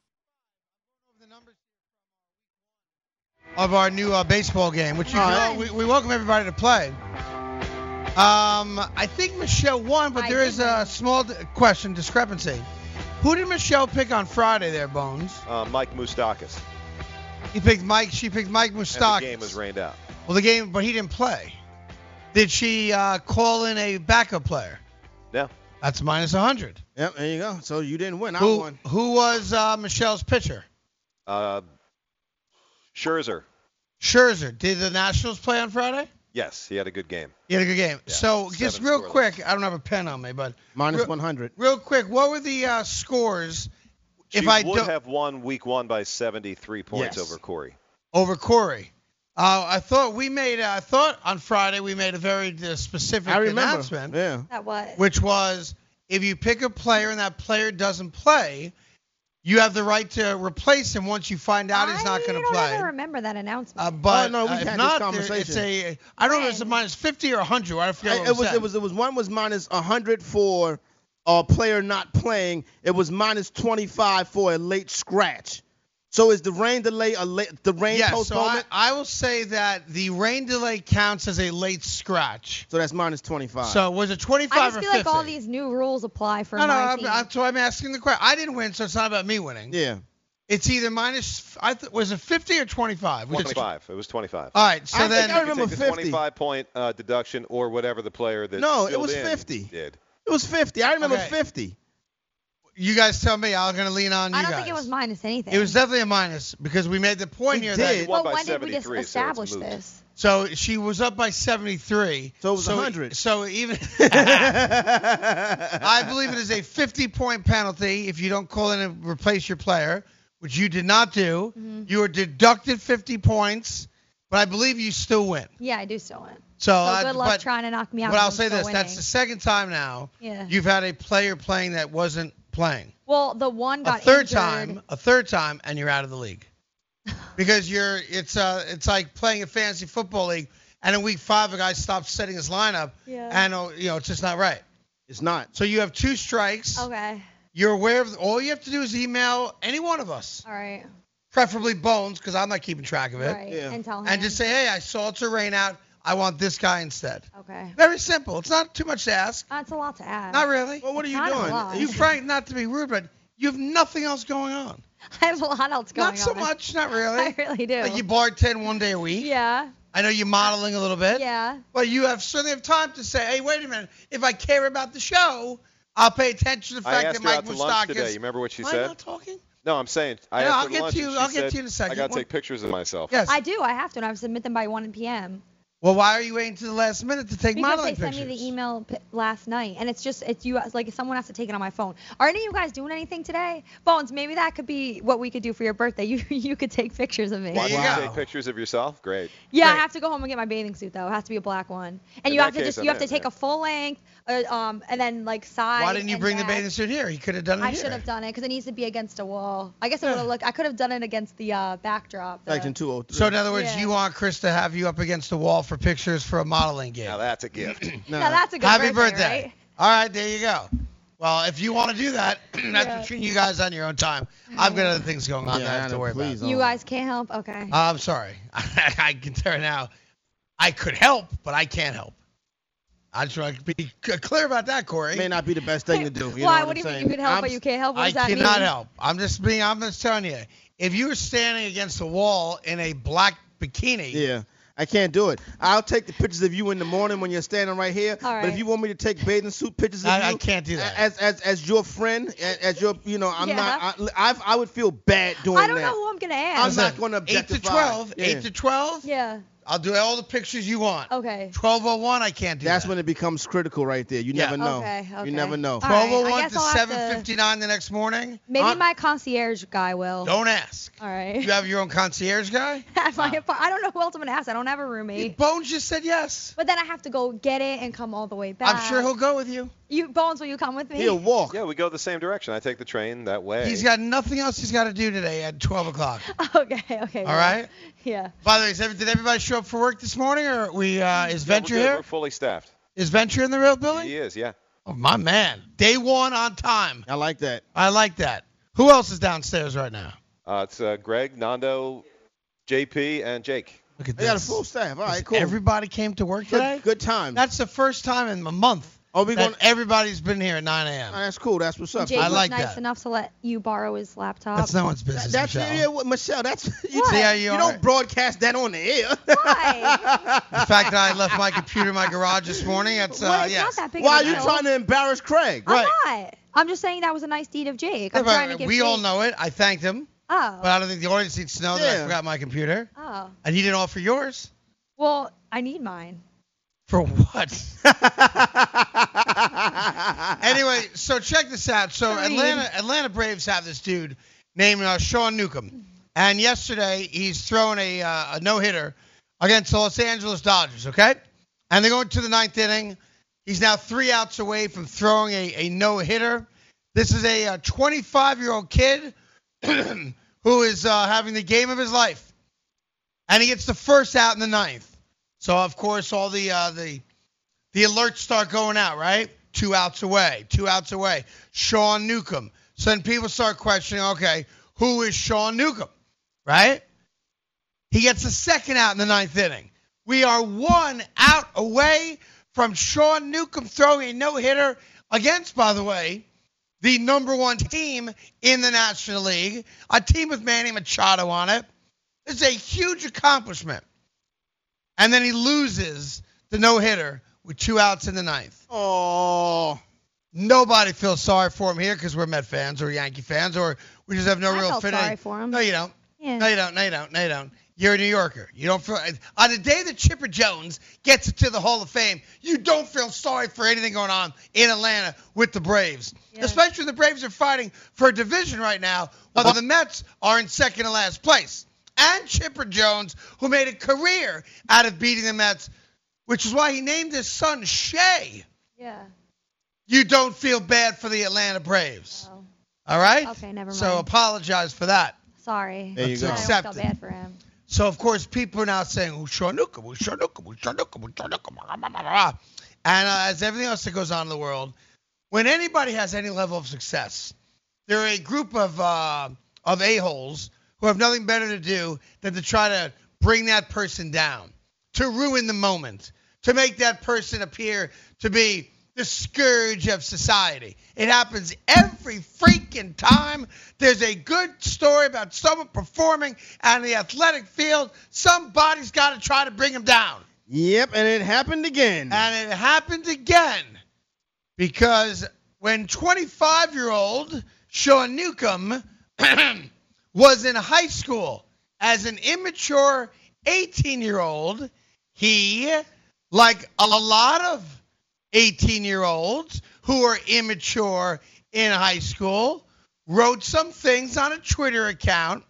[SPEAKER 1] of our new uh, baseball game, which you know, we, we welcome everybody to play. Um, I think Michelle won, but
[SPEAKER 9] I
[SPEAKER 1] there
[SPEAKER 9] did
[SPEAKER 1] is a small d- question discrepancy. Who did Michelle pick on Friday there, Bones?
[SPEAKER 2] Uh, Mike Moustakis.
[SPEAKER 1] He picked Mike. She picked Mike
[SPEAKER 2] And the
[SPEAKER 1] Mustakis.
[SPEAKER 2] game was rained out.
[SPEAKER 1] Well, the game, but he didn't play. Did she uh, call in a backup player?
[SPEAKER 2] No.
[SPEAKER 1] That's minus 100.
[SPEAKER 3] Yep, there you go. So you didn't win. I
[SPEAKER 1] Who,
[SPEAKER 3] won.
[SPEAKER 1] who was uh, Michelle's pitcher?
[SPEAKER 2] Uh, Scherzer.
[SPEAKER 1] Scherzer. Did the Nationals play on Friday?
[SPEAKER 2] Yes, he had a good game.
[SPEAKER 1] He had a good game.
[SPEAKER 2] Yeah,
[SPEAKER 1] so just
[SPEAKER 2] seven
[SPEAKER 1] real
[SPEAKER 2] scoreless.
[SPEAKER 1] quick, I don't have a pen on me, but
[SPEAKER 3] Minus
[SPEAKER 1] Real-
[SPEAKER 3] 100.
[SPEAKER 1] Real quick, what were the uh, scores
[SPEAKER 2] She
[SPEAKER 1] If I
[SPEAKER 2] would
[SPEAKER 1] don't-
[SPEAKER 2] have won week one by 73 points
[SPEAKER 3] Yes.
[SPEAKER 2] over Corey.
[SPEAKER 1] over Corey? Uh, I thought we made. I thought on Friday we made a very uh, specific
[SPEAKER 3] I remember.
[SPEAKER 1] announcement.
[SPEAKER 3] Yeah.
[SPEAKER 9] That was.
[SPEAKER 1] Which was if you pick a player and that player doesn't play, you have the right to replace him once you find out he's not going to
[SPEAKER 9] I
[SPEAKER 1] play.
[SPEAKER 9] don't remember that announcement.
[SPEAKER 1] Uh, but
[SPEAKER 3] Oh, no, we've
[SPEAKER 1] uh, if
[SPEAKER 3] had this
[SPEAKER 1] not, there- it's
[SPEAKER 3] conversation.
[SPEAKER 1] a. I don't know. if It's a minus fifty or hundred. I forget.
[SPEAKER 3] I-
[SPEAKER 1] what
[SPEAKER 3] it was
[SPEAKER 1] said.
[SPEAKER 3] it was it was one was minus 100 for a player not playing. It was minus 25 for a late scratch. So is the rain delay a late the rain
[SPEAKER 1] yeah, so I,
[SPEAKER 3] postponement?
[SPEAKER 1] I will say that the rain delay counts as a late scratch.
[SPEAKER 3] So, that's minus 25.
[SPEAKER 1] was it
[SPEAKER 9] I
[SPEAKER 1] 25
[SPEAKER 9] just
[SPEAKER 1] or
[SPEAKER 9] feel like
[SPEAKER 1] 50?
[SPEAKER 9] all these new rules apply for
[SPEAKER 1] no, no.
[SPEAKER 9] my
[SPEAKER 1] I'm,
[SPEAKER 9] team.
[SPEAKER 1] I'm, so I'm asking the question. I didn't win, so it's not about me winning.
[SPEAKER 3] yeah.
[SPEAKER 1] It's either minus. I th- was it 50 or 25? Which-
[SPEAKER 2] 25. It was 25.
[SPEAKER 1] All right, so
[SPEAKER 3] I
[SPEAKER 1] then
[SPEAKER 3] think I
[SPEAKER 2] You
[SPEAKER 3] remember
[SPEAKER 2] take the
[SPEAKER 3] 50.
[SPEAKER 2] 25 point uh, deduction or whatever the player that
[SPEAKER 3] No, it
[SPEAKER 2] filled
[SPEAKER 3] was
[SPEAKER 2] in
[SPEAKER 3] 50.
[SPEAKER 2] did.
[SPEAKER 3] It was 50. I remember
[SPEAKER 1] Okay.
[SPEAKER 3] 50.
[SPEAKER 1] you guys tell me. I'm gonna lean on you
[SPEAKER 9] I don't
[SPEAKER 1] guys.
[SPEAKER 9] think it was minus anything.
[SPEAKER 1] It was definitely a minus because we made the point
[SPEAKER 3] We
[SPEAKER 1] here
[SPEAKER 3] did.
[SPEAKER 1] that
[SPEAKER 2] won
[SPEAKER 9] But
[SPEAKER 2] by
[SPEAKER 9] when did we just
[SPEAKER 2] 73, so it's
[SPEAKER 9] establish
[SPEAKER 2] moot.
[SPEAKER 9] this?
[SPEAKER 1] so she was up by 73.
[SPEAKER 3] So it was 100.
[SPEAKER 1] So even
[SPEAKER 3] I
[SPEAKER 1] I believe it is a 50 point penalty if you don't call in and replace your player, which you did not do.
[SPEAKER 9] Mm-hmm.
[SPEAKER 1] You are deducted 50 points, but I believe you still win.
[SPEAKER 9] Yeah, I do still win.
[SPEAKER 1] So,
[SPEAKER 9] So
[SPEAKER 1] I-
[SPEAKER 9] good luck
[SPEAKER 1] but,
[SPEAKER 9] trying to knock me out.
[SPEAKER 1] But I'll
[SPEAKER 9] because I'm
[SPEAKER 1] say
[SPEAKER 9] still
[SPEAKER 1] this: that's
[SPEAKER 9] winning.
[SPEAKER 1] the second time now
[SPEAKER 9] Yeah.
[SPEAKER 1] you've had a player playing that wasn't playing.
[SPEAKER 9] well, the one
[SPEAKER 1] A
[SPEAKER 9] got
[SPEAKER 1] third
[SPEAKER 9] injured.
[SPEAKER 1] time, a third time, and you're out of the league because you're it's uh it's like playing a fantasy football league, and in week five a guy stops setting his lineup,
[SPEAKER 9] Yeah.
[SPEAKER 1] and uh, you know it's just not right.
[SPEAKER 3] It's not.
[SPEAKER 1] So you have two strikes.
[SPEAKER 9] Okay.
[SPEAKER 1] You're aware of all you have to do is email any one of us,
[SPEAKER 9] All right.
[SPEAKER 1] preferably Bones, because I'm not keeping track of it,
[SPEAKER 9] Right.
[SPEAKER 3] Yeah.
[SPEAKER 9] And tell him.
[SPEAKER 1] and just say, hey, I saw it's a rain out. I want this guy instead.
[SPEAKER 9] Okay.
[SPEAKER 1] Very simple. It's not too much to ask.
[SPEAKER 9] That's a lot to ask.
[SPEAKER 1] Not really.
[SPEAKER 3] Well, what are you
[SPEAKER 9] Not a
[SPEAKER 3] doing?
[SPEAKER 9] lot.
[SPEAKER 1] You, Frank, not to be rude, but you have nothing else going on.
[SPEAKER 9] I have a lot else going on.
[SPEAKER 1] not so much, not really.
[SPEAKER 9] I really do.
[SPEAKER 1] Like you bartend one day a week.
[SPEAKER 9] yeah.
[SPEAKER 1] I know you're modeling a little bit.
[SPEAKER 9] Yeah.
[SPEAKER 1] But you have certainly have time to say, hey, wait a minute. If I care about the show, I'll pay attention to the
[SPEAKER 2] I
[SPEAKER 1] fact
[SPEAKER 2] asked
[SPEAKER 1] that
[SPEAKER 2] her
[SPEAKER 1] Mike
[SPEAKER 2] out to lunch
[SPEAKER 1] Moustakis.
[SPEAKER 2] today. You remember what she
[SPEAKER 1] Am I
[SPEAKER 2] said?
[SPEAKER 1] not talking?
[SPEAKER 2] No, I'm saying I
[SPEAKER 1] No,
[SPEAKER 2] asked
[SPEAKER 1] I'll
[SPEAKER 2] her
[SPEAKER 1] get
[SPEAKER 2] to lunch
[SPEAKER 1] to you-
[SPEAKER 2] and she
[SPEAKER 1] I'll get to
[SPEAKER 2] said,
[SPEAKER 1] you in a second.
[SPEAKER 2] I gotta
[SPEAKER 1] One-
[SPEAKER 2] take pictures of myself.
[SPEAKER 1] Yes.
[SPEAKER 9] I do. I have to, and I have to submit them by 1 p.m.
[SPEAKER 1] well, why are you waiting to the last minute to take
[SPEAKER 9] Because
[SPEAKER 1] modeling
[SPEAKER 9] they sent
[SPEAKER 1] pictures?
[SPEAKER 9] me the email p- last night, and it's just it's you like someone has to take it on my phone. Are any of you guys doing anything today? Bones, maybe that could be what we could do for your birthday. You you could take pictures of me.
[SPEAKER 2] Why
[SPEAKER 1] There you
[SPEAKER 2] don't you
[SPEAKER 1] go.
[SPEAKER 2] take pictures of yourself? Great.
[SPEAKER 9] Yeah, I
[SPEAKER 1] Right.
[SPEAKER 9] have to go home and get my bathing suit though. It has to be a black one. And
[SPEAKER 2] In
[SPEAKER 9] you have
[SPEAKER 2] that
[SPEAKER 9] to
[SPEAKER 2] case,
[SPEAKER 9] just
[SPEAKER 2] I'm
[SPEAKER 9] you have to
[SPEAKER 2] in,
[SPEAKER 9] take
[SPEAKER 2] yeah.
[SPEAKER 9] a full length, uh, um, and then like side.
[SPEAKER 1] Why didn't you
[SPEAKER 9] and
[SPEAKER 1] bring
[SPEAKER 9] back.
[SPEAKER 1] the bathing suit here? You could have done it
[SPEAKER 9] I
[SPEAKER 1] here.
[SPEAKER 9] should have done it because it needs to be against a wall. I guess I would have looked. I could have done it against the uh, backdrop. the-
[SPEAKER 3] Section 203.
[SPEAKER 1] So in other words,
[SPEAKER 9] Yeah.
[SPEAKER 1] you want Chris to have you up against the wall for pictures for a modeling gig.
[SPEAKER 2] Now that's a gift.
[SPEAKER 3] no,
[SPEAKER 9] Now that's a good
[SPEAKER 1] Happy birthday.
[SPEAKER 9] birthday. right?
[SPEAKER 1] All right, there you go. Well, if you want to do that, that's
[SPEAKER 9] Yeah.
[SPEAKER 1] between you guys on your own time. I've got other things going on
[SPEAKER 3] Yeah,
[SPEAKER 1] that I have to
[SPEAKER 3] Anna,
[SPEAKER 1] worry
[SPEAKER 3] please
[SPEAKER 1] about.
[SPEAKER 3] don't.
[SPEAKER 9] You guys can't help. Okay.
[SPEAKER 1] Uh, I'm sorry. I can tell you now. I could help, but I can't help. I just want to be c- clear about that, Corey.
[SPEAKER 3] may not be the best thing to do. You
[SPEAKER 9] Why? What do
[SPEAKER 3] know what, I'm
[SPEAKER 9] you mean
[SPEAKER 3] saying?
[SPEAKER 9] you can help
[SPEAKER 3] I'm-
[SPEAKER 9] but you can't help? What
[SPEAKER 1] I
[SPEAKER 9] does that
[SPEAKER 1] cannot
[SPEAKER 9] mean?
[SPEAKER 1] help. I'm just being. I'm just telling you. If you were standing against the wall in a black bikini,
[SPEAKER 3] Yeah. I can't do it. I'll take the pictures of you in the morning when you're standing right here.
[SPEAKER 9] All
[SPEAKER 3] But
[SPEAKER 9] right.
[SPEAKER 3] if you want me to take bathing suit pictures of
[SPEAKER 1] I- I
[SPEAKER 3] you,
[SPEAKER 1] can't do that.
[SPEAKER 3] As as as your friend, a- as your you know, I'm
[SPEAKER 9] Yeah.
[SPEAKER 3] not. I, I've, I would feel bad doing
[SPEAKER 9] I don't
[SPEAKER 3] that.
[SPEAKER 9] know who I'm gonna
[SPEAKER 3] I'm
[SPEAKER 9] ask.
[SPEAKER 3] not going to
[SPEAKER 1] eight
[SPEAKER 3] objectify.
[SPEAKER 1] to twelve.
[SPEAKER 3] Yeah.
[SPEAKER 1] Eight to twelve.
[SPEAKER 9] Yeah.
[SPEAKER 1] I'll do all the pictures you want.
[SPEAKER 9] Okay.
[SPEAKER 1] Twelve oh one. I can't do
[SPEAKER 3] That's
[SPEAKER 1] that.
[SPEAKER 3] when it becomes critical right there. You
[SPEAKER 1] Yeah.
[SPEAKER 3] never know.
[SPEAKER 9] Okay, okay.
[SPEAKER 3] You never know.
[SPEAKER 9] All right.
[SPEAKER 1] Twelve oh
[SPEAKER 9] I
[SPEAKER 1] one
[SPEAKER 9] guess
[SPEAKER 1] to
[SPEAKER 9] I'll have
[SPEAKER 1] seven
[SPEAKER 9] to-
[SPEAKER 1] fifty nine the next morning.
[SPEAKER 9] Maybe
[SPEAKER 3] Huh?
[SPEAKER 9] my concierge guy will.
[SPEAKER 1] Don't ask.
[SPEAKER 9] All right.
[SPEAKER 1] You have your own concierge guy.
[SPEAKER 9] At my apart- I don't know who else I'm gonna ask. I don't have a roommate.
[SPEAKER 1] Bones just said yes.
[SPEAKER 9] But then I have to go get it and come all the way back.
[SPEAKER 1] I'm sure he'll go with you.
[SPEAKER 9] You Bones, will you come with me?
[SPEAKER 3] He'll walk.
[SPEAKER 2] Yeah, we go the same direction. I take the train that way.
[SPEAKER 1] He's got nothing else he's got to do today at 12 o'clock.
[SPEAKER 9] Okay. Okay.
[SPEAKER 1] All right.
[SPEAKER 9] Yeah.
[SPEAKER 1] By the way, is every- did everybody show up for work this morning, or we uh, is
[SPEAKER 2] Yeah, we're
[SPEAKER 1] Venture
[SPEAKER 2] good.
[SPEAKER 1] here?
[SPEAKER 2] We're fully staffed.
[SPEAKER 1] Is Venture in the real building?
[SPEAKER 2] He is, yeah.
[SPEAKER 1] Oh, my man, day one on time.
[SPEAKER 3] I like that.
[SPEAKER 1] I like that. Who else is downstairs right now?
[SPEAKER 2] Uh, it's uh, Greg, Nando, JP, and Jake.
[SPEAKER 1] Look at
[SPEAKER 3] They
[SPEAKER 1] this.
[SPEAKER 3] got a full staff. All right, cool.
[SPEAKER 1] Everybody came to work today.
[SPEAKER 3] good, good time.
[SPEAKER 1] That's the first time in a month
[SPEAKER 3] Are we
[SPEAKER 1] that
[SPEAKER 3] going?
[SPEAKER 1] everybody's been here at 9 a.m.
[SPEAKER 3] That's cool. That's what's up.
[SPEAKER 9] Jake
[SPEAKER 1] I
[SPEAKER 9] was
[SPEAKER 1] like
[SPEAKER 9] nice
[SPEAKER 1] that.
[SPEAKER 9] enough to let you borrow his laptop.
[SPEAKER 1] That's no one's business,
[SPEAKER 3] That's
[SPEAKER 1] Michelle.
[SPEAKER 3] yeah, what, Michelle. That's you,
[SPEAKER 9] What?
[SPEAKER 1] See how you,
[SPEAKER 3] you
[SPEAKER 1] are?
[SPEAKER 3] don't broadcast that on the air.
[SPEAKER 9] Why?
[SPEAKER 1] the fact that I left my computer in my garage this morning. That's uh,
[SPEAKER 9] Well, it's
[SPEAKER 1] yes.
[SPEAKER 9] not that big
[SPEAKER 3] Why are
[SPEAKER 9] of a
[SPEAKER 3] you
[SPEAKER 9] deal.
[SPEAKER 3] trying to embarrass Craig?
[SPEAKER 9] I'm
[SPEAKER 1] Right.
[SPEAKER 9] not. I'm just saying that was a nice deed of Jake. I'm
[SPEAKER 1] Right,
[SPEAKER 9] trying to give
[SPEAKER 1] we
[SPEAKER 9] Jake.
[SPEAKER 1] all know it. I thanked him, but
[SPEAKER 9] Oh.
[SPEAKER 1] I don't think the audience needs to know that I
[SPEAKER 3] Yeah.
[SPEAKER 1] forgot my computer.
[SPEAKER 9] Oh.
[SPEAKER 1] And you didn't offer yours.
[SPEAKER 9] Well, I need mine.
[SPEAKER 1] For what? anyway, so check this out. So
[SPEAKER 9] Green.
[SPEAKER 1] Atlanta Atlanta Braves have this dude named uh, Sean Newcomb, and yesterday he's thrown a, uh, a no hitter against the Los Angeles Dodgers, okay? And they go into the ninth inning. He's now three outs away from throwing a, a no hitter. This is a 25 year old kid who is uh, having the game of his life. And he gets the first out in the ninth. So, of course, all the, uh, the, the alerts start going out, right? Two outs away, two outs away. Sean Newcomb. So then people start questioning, okay, who is Sean Newcomb, right? He gets a second out in the ninth inning. We are one out away from Sean Newcomb throwing a no hitter against, by the way, the number one team in the National League, a team with Manny Machado on it. This is a huge accomplishment. And then he loses the no hitter with two outs in the ninth.
[SPEAKER 3] Oh.
[SPEAKER 1] Nobody feels sorry for him here because we're Met fans or Yankee fans or we just have no
[SPEAKER 9] I
[SPEAKER 1] real
[SPEAKER 9] felt
[SPEAKER 1] affinity.
[SPEAKER 9] sorry for him.
[SPEAKER 1] No, you don't. No, you don't. No, you don't. No, you don't. You're a New Yorker. You don't feel on the day that Chipper Jones gets into the Hall of Fame, you don't feel sorry for anything going on in Atlanta with the Braves, especially the Braves are fighting for a division right now, while the Mets are in second to last place. And Chipper Jones, who made a career out of beating the Mets, which is why he named his son Shay.
[SPEAKER 9] Yeah.
[SPEAKER 1] You don't feel bad for the Atlanta Braves. All right?
[SPEAKER 9] Oh. Okay, never
[SPEAKER 1] So
[SPEAKER 9] mind.
[SPEAKER 1] apologize for that.
[SPEAKER 9] Sorry.
[SPEAKER 1] There you go.
[SPEAKER 9] I don't feel
[SPEAKER 1] Accepted.
[SPEAKER 9] bad for him.
[SPEAKER 1] So of course people are now saying who's Sean Newcomb, who's Sean Newcomb, who's Sean Newcomb, who's Sean Newcomb, blah, blah, blah, blah. and uh, as everything else that goes on in the world, when anybody has any level of success, there are a group of uh, of a holes who have nothing better to do than to try to bring that person down, to ruin the moment, to make that person appear to be the scourge of society. It happens every freaking time. There's a good story about someone performing on the athletic field. Somebody's got to try to bring him down.
[SPEAKER 3] Yep, and it happened again.
[SPEAKER 1] And it happened again because when 25 year old Sean Newcomb was in high school as an immature 18 year old, he, like a lot of 18 year olds who are immature in high school, wrote some things on a Twitter account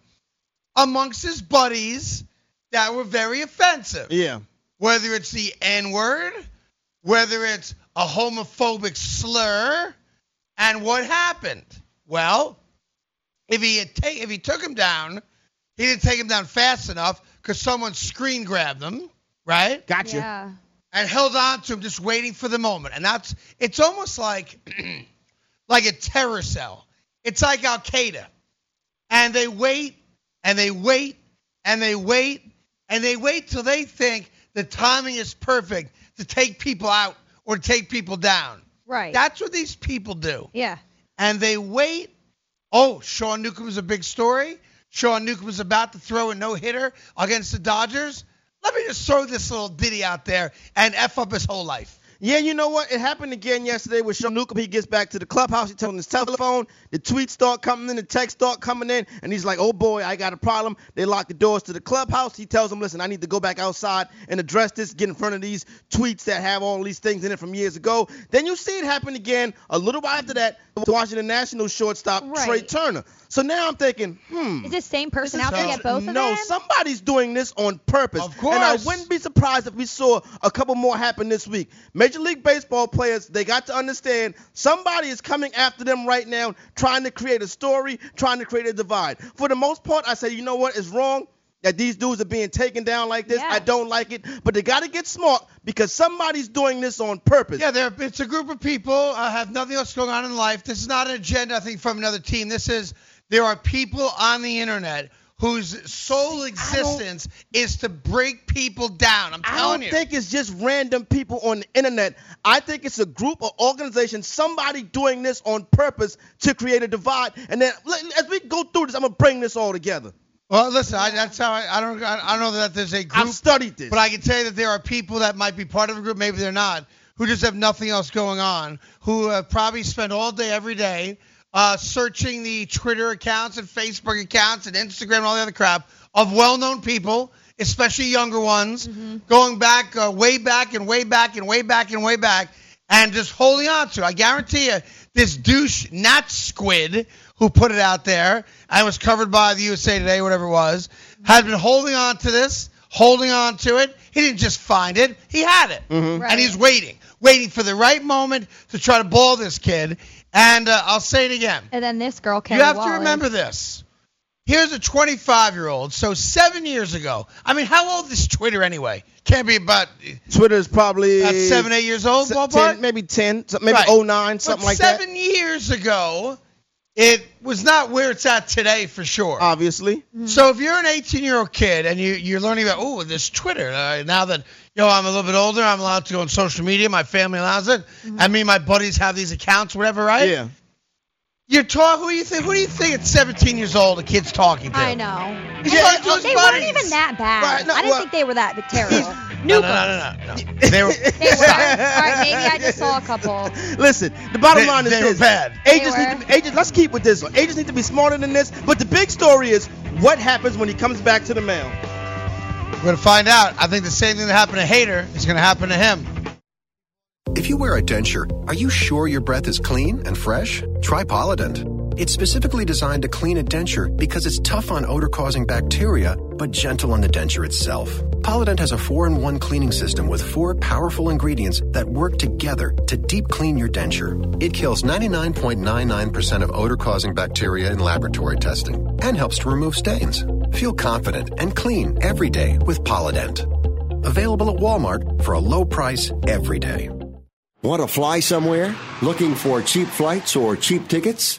[SPEAKER 1] amongst his buddies that were very offensive
[SPEAKER 3] Yeah.
[SPEAKER 1] whether it's the N word, whether it's a homophobic slur, and what happened? Well, if he had ta- if he took him down, he didn't take him down fast enough because someone screen grabbed him, right?
[SPEAKER 3] Gotcha.
[SPEAKER 9] Yeah.
[SPEAKER 1] And held on to him, just waiting for the moment. And that's it's almost like like a terror cell. It's like Al Qaeda, and they wait and they wait and they wait and they wait till they think the timing is perfect to take people out or to take people down.
[SPEAKER 9] Right.
[SPEAKER 1] That's what these people do.
[SPEAKER 9] yeah.
[SPEAKER 1] And they wait. Oh, Sean Newcomb's a big story. Sean Newcomb's about to throw a no hitter against the Dodgers. Let me just throw this little ditty out there and F up his whole life.
[SPEAKER 3] Yeah, you know what? It happened again yesterday with Sean Newcomb. He gets back to the clubhouse. He turns on his telephone. The tweets start coming in. The texts start coming in. And he's like, oh boy, I got a problem. They lock the doors to the clubhouse. He tells them, listen, I need to go back outside and address this, get in front of these tweets that have all these things in it from years ago. Then you see it happen again a little while after that with Washington National shortstop Trey
[SPEAKER 9] Right.
[SPEAKER 3] Turner. So now I'm thinking, hmm.
[SPEAKER 9] Is this same person out there
[SPEAKER 3] So-
[SPEAKER 9] at both of
[SPEAKER 3] no,
[SPEAKER 9] them?
[SPEAKER 3] somebody's doing this on purpose.
[SPEAKER 1] Of course.
[SPEAKER 3] And I wouldn't be surprised if we saw a couple more happen this week. Major League Baseball players, they got to understand somebody is coming after them right now, trying to create a story, trying to create a divide. For the most part, I say, you know what? It's wrong. That these dudes are being taken down like this.
[SPEAKER 9] Yeah.
[SPEAKER 3] I don't like it. But they got to get smart because somebody's doing this on purpose.
[SPEAKER 1] Yeah, they're, it's a group of people uh, have nothing else going on in life. This is not an agenda, I think, from another team. This is there are people on the internet whose sole existence is to break people down. I'm
[SPEAKER 3] I
[SPEAKER 1] telling
[SPEAKER 3] don't
[SPEAKER 1] you.
[SPEAKER 3] think it's just random people on the internet. I think it's a group or organization, somebody doing this on purpose to create a divide. And then let- as we go through this, I'm gonna bring this all together.
[SPEAKER 1] well, listen, I, that's how I, I don't I, I don't know that there's a group,
[SPEAKER 3] I've studied this.
[SPEAKER 1] but I can tell you that there are people that might be part of a group, maybe they're not, who just have nothing else going on, who uh, probably spend all day every day uh, searching the Twitter accounts and Facebook accounts and Instagram and all the other crap of well-known people, especially younger ones,
[SPEAKER 3] Mm-hmm.
[SPEAKER 1] going back uh, way back and way back and way back and way back, and just holding on to. it. I guarantee you, this douche, not squid, who put it out there and was covered by the USA Today, whatever it was, has been holding on to this, holding on to it. He didn't just find it; he had it, and he's waiting, waiting for the right moment to try to ball this kid. And uh, I'll say it again:
[SPEAKER 9] And then this girl, Kelly
[SPEAKER 1] you have
[SPEAKER 9] Wallin.
[SPEAKER 1] to remember this. Here's a 25 year old. So seven years ago. I mean, how old is Twitter anyway? Can't be about
[SPEAKER 3] Twitter's probably
[SPEAKER 1] about seven, eight years old.
[SPEAKER 3] Se-
[SPEAKER 1] ballpark?
[SPEAKER 3] 10, maybe ten, so- maybe
[SPEAKER 1] Right.
[SPEAKER 3] oh nine, something
[SPEAKER 1] but
[SPEAKER 3] like that.
[SPEAKER 1] Seven years ago, it was not where it's at today for sure. Mm-hmm.
[SPEAKER 3] Obviously.
[SPEAKER 1] So if you're an 18 year old kid and you you're learning about oh this Twitter uh, now that you know I'm a little bit older, I'm allowed to go on social media. My family allows it. I mean, my buddies have these accounts, whatever, right?
[SPEAKER 3] Yeah.
[SPEAKER 1] You're talking. Who do you think? Who do you think at 17 years old a kid's talking to?
[SPEAKER 9] I know.
[SPEAKER 1] He's
[SPEAKER 9] And
[SPEAKER 1] talking
[SPEAKER 9] they
[SPEAKER 1] to his
[SPEAKER 9] they
[SPEAKER 1] buddies.
[SPEAKER 9] weren't even that bad.
[SPEAKER 1] Right, no,
[SPEAKER 9] I didn't
[SPEAKER 1] well-
[SPEAKER 9] think they were that terrible.
[SPEAKER 1] No, no, no, no, no. no. They were,
[SPEAKER 9] they were. All right, maybe I just saw a couple.
[SPEAKER 3] Listen, the bottom
[SPEAKER 1] They-
[SPEAKER 3] line is
[SPEAKER 1] they were
[SPEAKER 3] this:
[SPEAKER 1] bad.
[SPEAKER 3] agents
[SPEAKER 9] They
[SPEAKER 3] need to be, agents. Let's keep with this. one. Agents need to be smarter than this. But the big story is what happens when he comes back to the mail.
[SPEAKER 1] we're gonna find out. I think the same thing that happened to Hater is gonna happen to him.
[SPEAKER 11] If you wear a denture, are you sure your breath is clean and fresh? Try Polident. It's specifically designed to clean a denture because it's tough on odor causing bacteria, but gentle on the denture itself. Polident has a 4 in 1 cleaning system with four powerful ingredients that work together to deep clean your denture. It kills 99.99% of odor causing bacteria in laboratory testing and helps to remove stains. Feel confident and clean every day with Polident. Available at Walmart for a low price every day.
[SPEAKER 12] Want to fly somewhere? Looking for cheap flights or cheap tickets?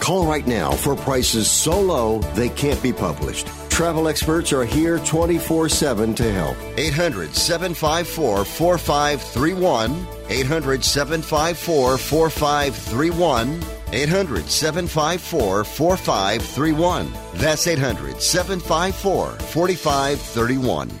[SPEAKER 12] Call right now for prices so low they can't be published.
[SPEAKER 8] Travel experts are here 24 7 to help.
[SPEAKER 12] 800 754 4531.
[SPEAKER 8] 800 754 4531.
[SPEAKER 12] 800 754 4531.
[SPEAKER 8] That's 800 754 4531.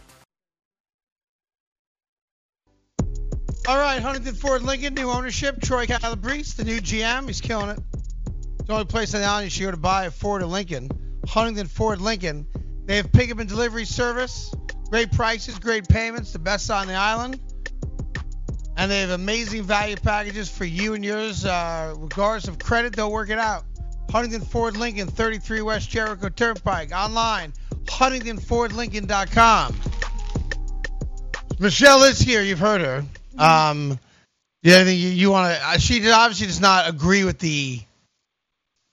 [SPEAKER 1] All right, Huntington Ford Lincoln, new ownership. Troy Calabrese, the new GM. He's killing it. It's the only place on the island you should go to buy a Ford or Lincoln. Huntington Ford Lincoln. They have pickup and delivery service, great prices, great payments, the best on the island. And they have amazing value packages for you and yours. Uh, regardless of credit, they'll work it out. Huntington Ford Lincoln, 33 West Jericho Turnpike. Online, huntingtonfordlincoln.com. Michelle is here. You've heard her.
[SPEAKER 9] Mm-hmm.
[SPEAKER 1] Um, yeah, I think you, you want to. Uh, she did- obviously does not agree with the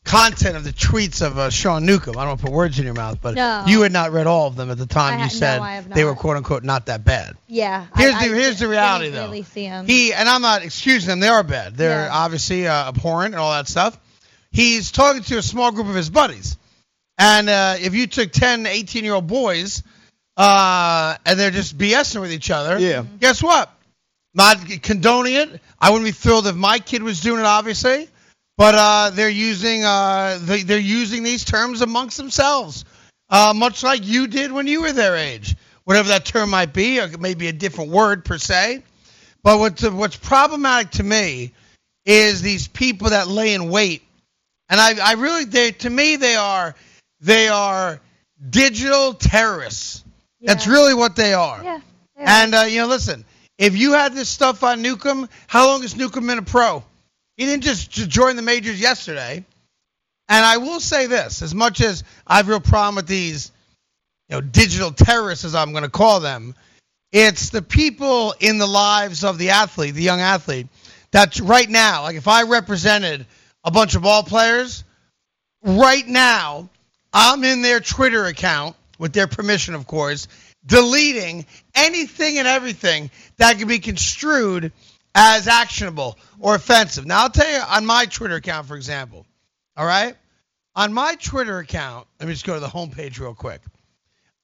[SPEAKER 1] content of the tweets of uh, Sean Newcomb. I don't want to put words in your mouth, but
[SPEAKER 9] No.
[SPEAKER 1] you had not read all of them at the time.
[SPEAKER 9] I
[SPEAKER 1] you
[SPEAKER 9] ha- no,
[SPEAKER 1] said
[SPEAKER 9] I have
[SPEAKER 1] they
[SPEAKER 9] not.
[SPEAKER 1] were quote unquote not that bad.
[SPEAKER 9] Yeah.
[SPEAKER 1] Here's
[SPEAKER 9] I,
[SPEAKER 1] the-
[SPEAKER 9] I
[SPEAKER 1] here's the
[SPEAKER 9] didn't
[SPEAKER 1] reality, though.
[SPEAKER 9] Really see him.
[SPEAKER 1] He and I'm not excusing them. They are bad. They're obviously uh, abhorrent and all that stuff. He's talking to a small group of his buddies, And uh, if you took 10, 18 year old boys uh, and they're just BSing with each other, yeah. guess what? Not condoning it. I wouldn't be thrilled if my kid was doing it, obviously. But uh, they're using uh, they, they're using these terms amongst themselves, uh, much like you did when you were their age, whatever that term might be, or maybe a different word per se. But what's what's problematic to me is these people that lay in wait, and I, I really they to me they are they are digital terrorists. That's really what they are.
[SPEAKER 9] Yeah.
[SPEAKER 1] And uh, you know, listen, if you had this stuff on Newcomb, how long has Newcomb been a pro? He didn't just j- join the majors yesterday. And I will say this: as much as I have a real problem with these, you know, digital terrorists, as I'm going to call them, it's the people in the lives of the athlete, the young athlete, that right now, like if I represented a bunch of ball players, right now, I'm in their Twitter account, with their permission, of course, deleting anything and everything that can be construed as actionable or offensive. Now, I'll tell you on my Twitter account, for example, all right? On my Twitter account, let me just go to the homepage real quick.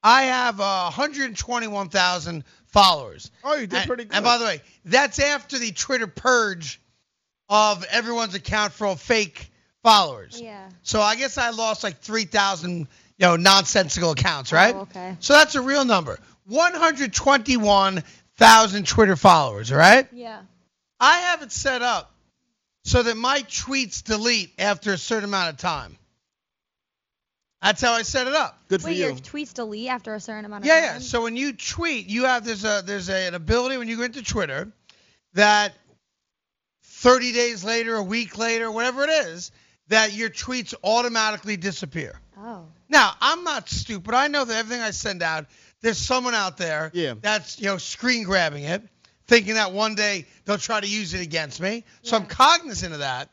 [SPEAKER 1] I have uh, 121,000 followers.
[SPEAKER 3] Oh, you did
[SPEAKER 1] And-
[SPEAKER 3] pretty good.
[SPEAKER 1] And by the way, that's after the Twitter purge of everyone's account for all fake followers.
[SPEAKER 9] Yeah.
[SPEAKER 1] So I guess I lost like 3,000, you know, nonsensical accounts, right?
[SPEAKER 9] Oh, okay.
[SPEAKER 1] So that's a real number. 121,000 Twitter followers, all right?
[SPEAKER 9] Yeah.
[SPEAKER 1] I have it set up so that my tweets delete after a certain amount of time. That's how I set it up.
[SPEAKER 3] Good
[SPEAKER 9] Wait, your tweets delete after a certain amount of
[SPEAKER 1] Yeah,
[SPEAKER 9] time.
[SPEAKER 1] yeah. So when you tweet, you have there's a there's a, an ability when you go into Twitter that 30 days later, a week later, whatever it is, that your tweets automatically disappear.
[SPEAKER 9] Oh.
[SPEAKER 1] Now, I'm not stupid. I know that everything I send out, there's someone out there that's, you know, screen grabbing it, thinking that one day they'll try to use it against me. So I'm cognizant of that.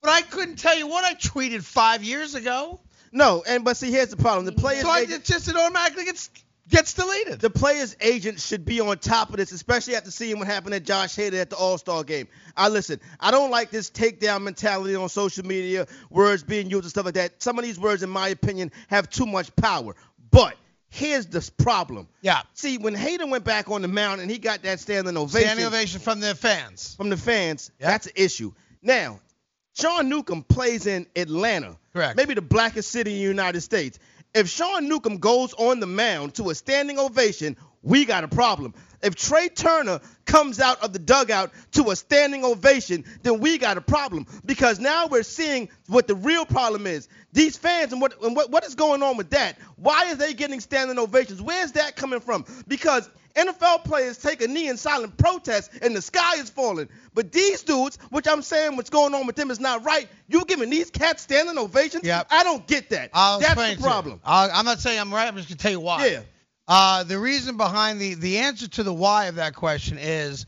[SPEAKER 1] But I couldn't tell you what I tweeted five years ago.
[SPEAKER 3] No, and but see, here's the problem. The players
[SPEAKER 1] So I-
[SPEAKER 3] agent,
[SPEAKER 1] it's just it automatically gets gets deleted.
[SPEAKER 3] The players agent should be on top of this, especially after seeing what happened to Josh Hader at the All Star game. I listen. I don't like this takedown mentality on social media, words being used and stuff like that. Some of these words, in my opinion, have too much power. But here's the problem.
[SPEAKER 1] Yeah.
[SPEAKER 3] See, when Hayden went back on the mound and he got that standing ovation,
[SPEAKER 1] Standing ovation from the fans.
[SPEAKER 3] From the fans, that's an issue. Now, Sean Newcomb plays in Atlanta. Correct. Maybe the blackest city in the United States. If Sean Newcomb goes on the mound to a standing ovation, we got a problem. If Trey Turner comes out of the dugout to a standing ovation, then we got a problem because now we're seeing what the real problem is. These fans and what and what, what is going on with that? Why is they getting standing ovations? Where's that coming from? Because NFL players take a knee in silent protest and the sky is falling. But these dudes, which I'm saying what's going on with them is not right, you giving these cats standing ovations? I don't get that.
[SPEAKER 1] I'll
[SPEAKER 3] That's
[SPEAKER 1] explain
[SPEAKER 3] the
[SPEAKER 1] it to you.
[SPEAKER 3] problem.
[SPEAKER 1] I'll, I'm not saying I'm right. I'm just gonna tell you why.
[SPEAKER 3] Yeah.
[SPEAKER 1] Uh, the reason behind the the answer to the why of that question is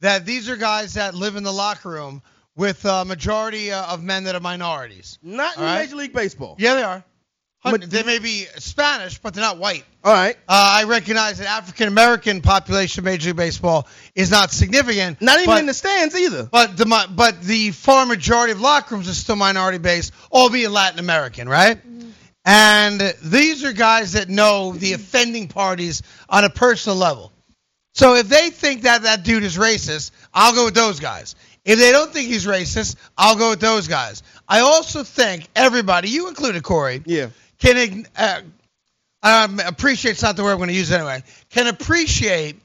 [SPEAKER 1] that these are guys that live in the locker room with a majority uh, of men that are minorities.
[SPEAKER 3] Not in
[SPEAKER 1] All right?
[SPEAKER 3] Major League Baseball.
[SPEAKER 1] Yeah, they are. Hun- they may be Spanish, but they're not white.
[SPEAKER 3] All right.
[SPEAKER 1] Uh, I recognize that African American population of Major League Baseball is not significant.
[SPEAKER 3] Not even
[SPEAKER 1] but-
[SPEAKER 3] in the stands either.
[SPEAKER 1] But the mi- but the far majority of locker rooms are still minority based, albeit Latin American, right?
[SPEAKER 3] Mm-hmm.
[SPEAKER 1] And these are guys that know the offending parties on a personal level. So if they think that that dude is racist, I'll go with those guys. If they don't think he's racist, I'll go with those guys. I also think everybody, you included, Corey,
[SPEAKER 3] yeah,
[SPEAKER 1] can ign- uh, um, appreciate's not the word I'm going to use anyway. Can appreciate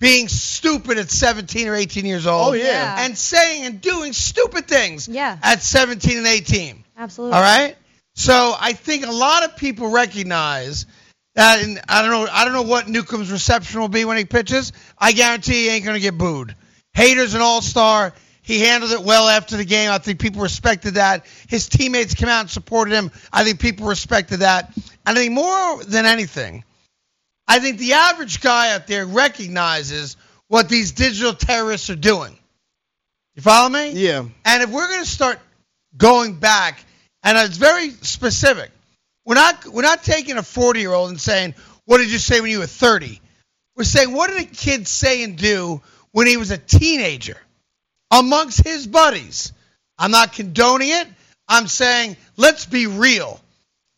[SPEAKER 1] being stupid at 17 or 18 years old.
[SPEAKER 3] Oh, yeah. Yeah.
[SPEAKER 1] And saying and doing stupid things. Yeah. At 17 and 18.
[SPEAKER 9] Absolutely.
[SPEAKER 1] All right. So I think a lot of people recognize that. And I don't know. I don't know what Newcomb's reception will be when he pitches. I guarantee he ain't going to get booed. Hater's an all-star. He handled it well after the game. I think people respected that. His teammates came out and supported him. I think people respected that. And I think more than anything, I think the average guy out there recognizes what these digital terrorists are doing. You follow me?
[SPEAKER 3] Yeah.
[SPEAKER 1] And if we're going to start going back, and it's very specific, we're not we're not taking a 40 year old and saying, "What did you say when you were 30?" We're saying, "What did a kid say and do when he was a teenager amongst his buddies?" I'm not condoning it. I'm saying, let's be real.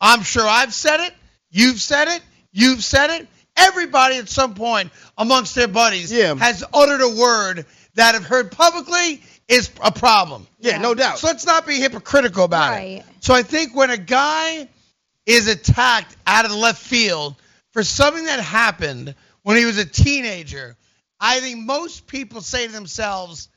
[SPEAKER 1] I'm sure I've said it. You've said it. You've said it. Everybody at some point amongst their buddies has uttered a word that, if heard publicly, is a problem.
[SPEAKER 3] Yeah, no doubt.
[SPEAKER 1] So let's not be hypocritical about it. So I think when a guy is attacked out of the left field for something that happened when he was a teenager, I think most people say to themselves,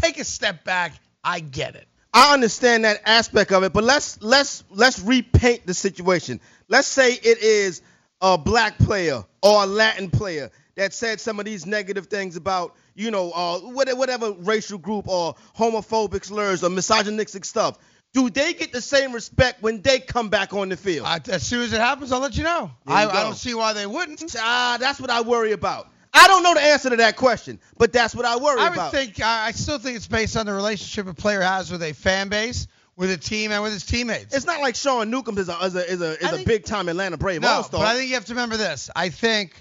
[SPEAKER 1] take a step back. I get it.
[SPEAKER 3] I understand that aspect of it, but let's let's let's repaint the situation. Let's say it is a black player or a Latin player that said some of these negative things about you know uh, what- whatever racial group or homophobic slurs or misogynistic stuff. Do they get the same respect when they come back on the field?
[SPEAKER 1] as soon as it happens, I'll let you know. I- I don't see why they wouldn't.
[SPEAKER 3] Ah, that's what I worry about. I don't know the answer to that question, but that's what I worry
[SPEAKER 1] I would
[SPEAKER 3] about.
[SPEAKER 1] think I I still think it's based on the relationship a player has with a fan base, with a team, and with his teammates.
[SPEAKER 3] it's not like Sean Newcomb is a is a is a, is a big time Atlanta Brave
[SPEAKER 1] No,
[SPEAKER 3] All Star.
[SPEAKER 1] but I think you have to remember this. I think,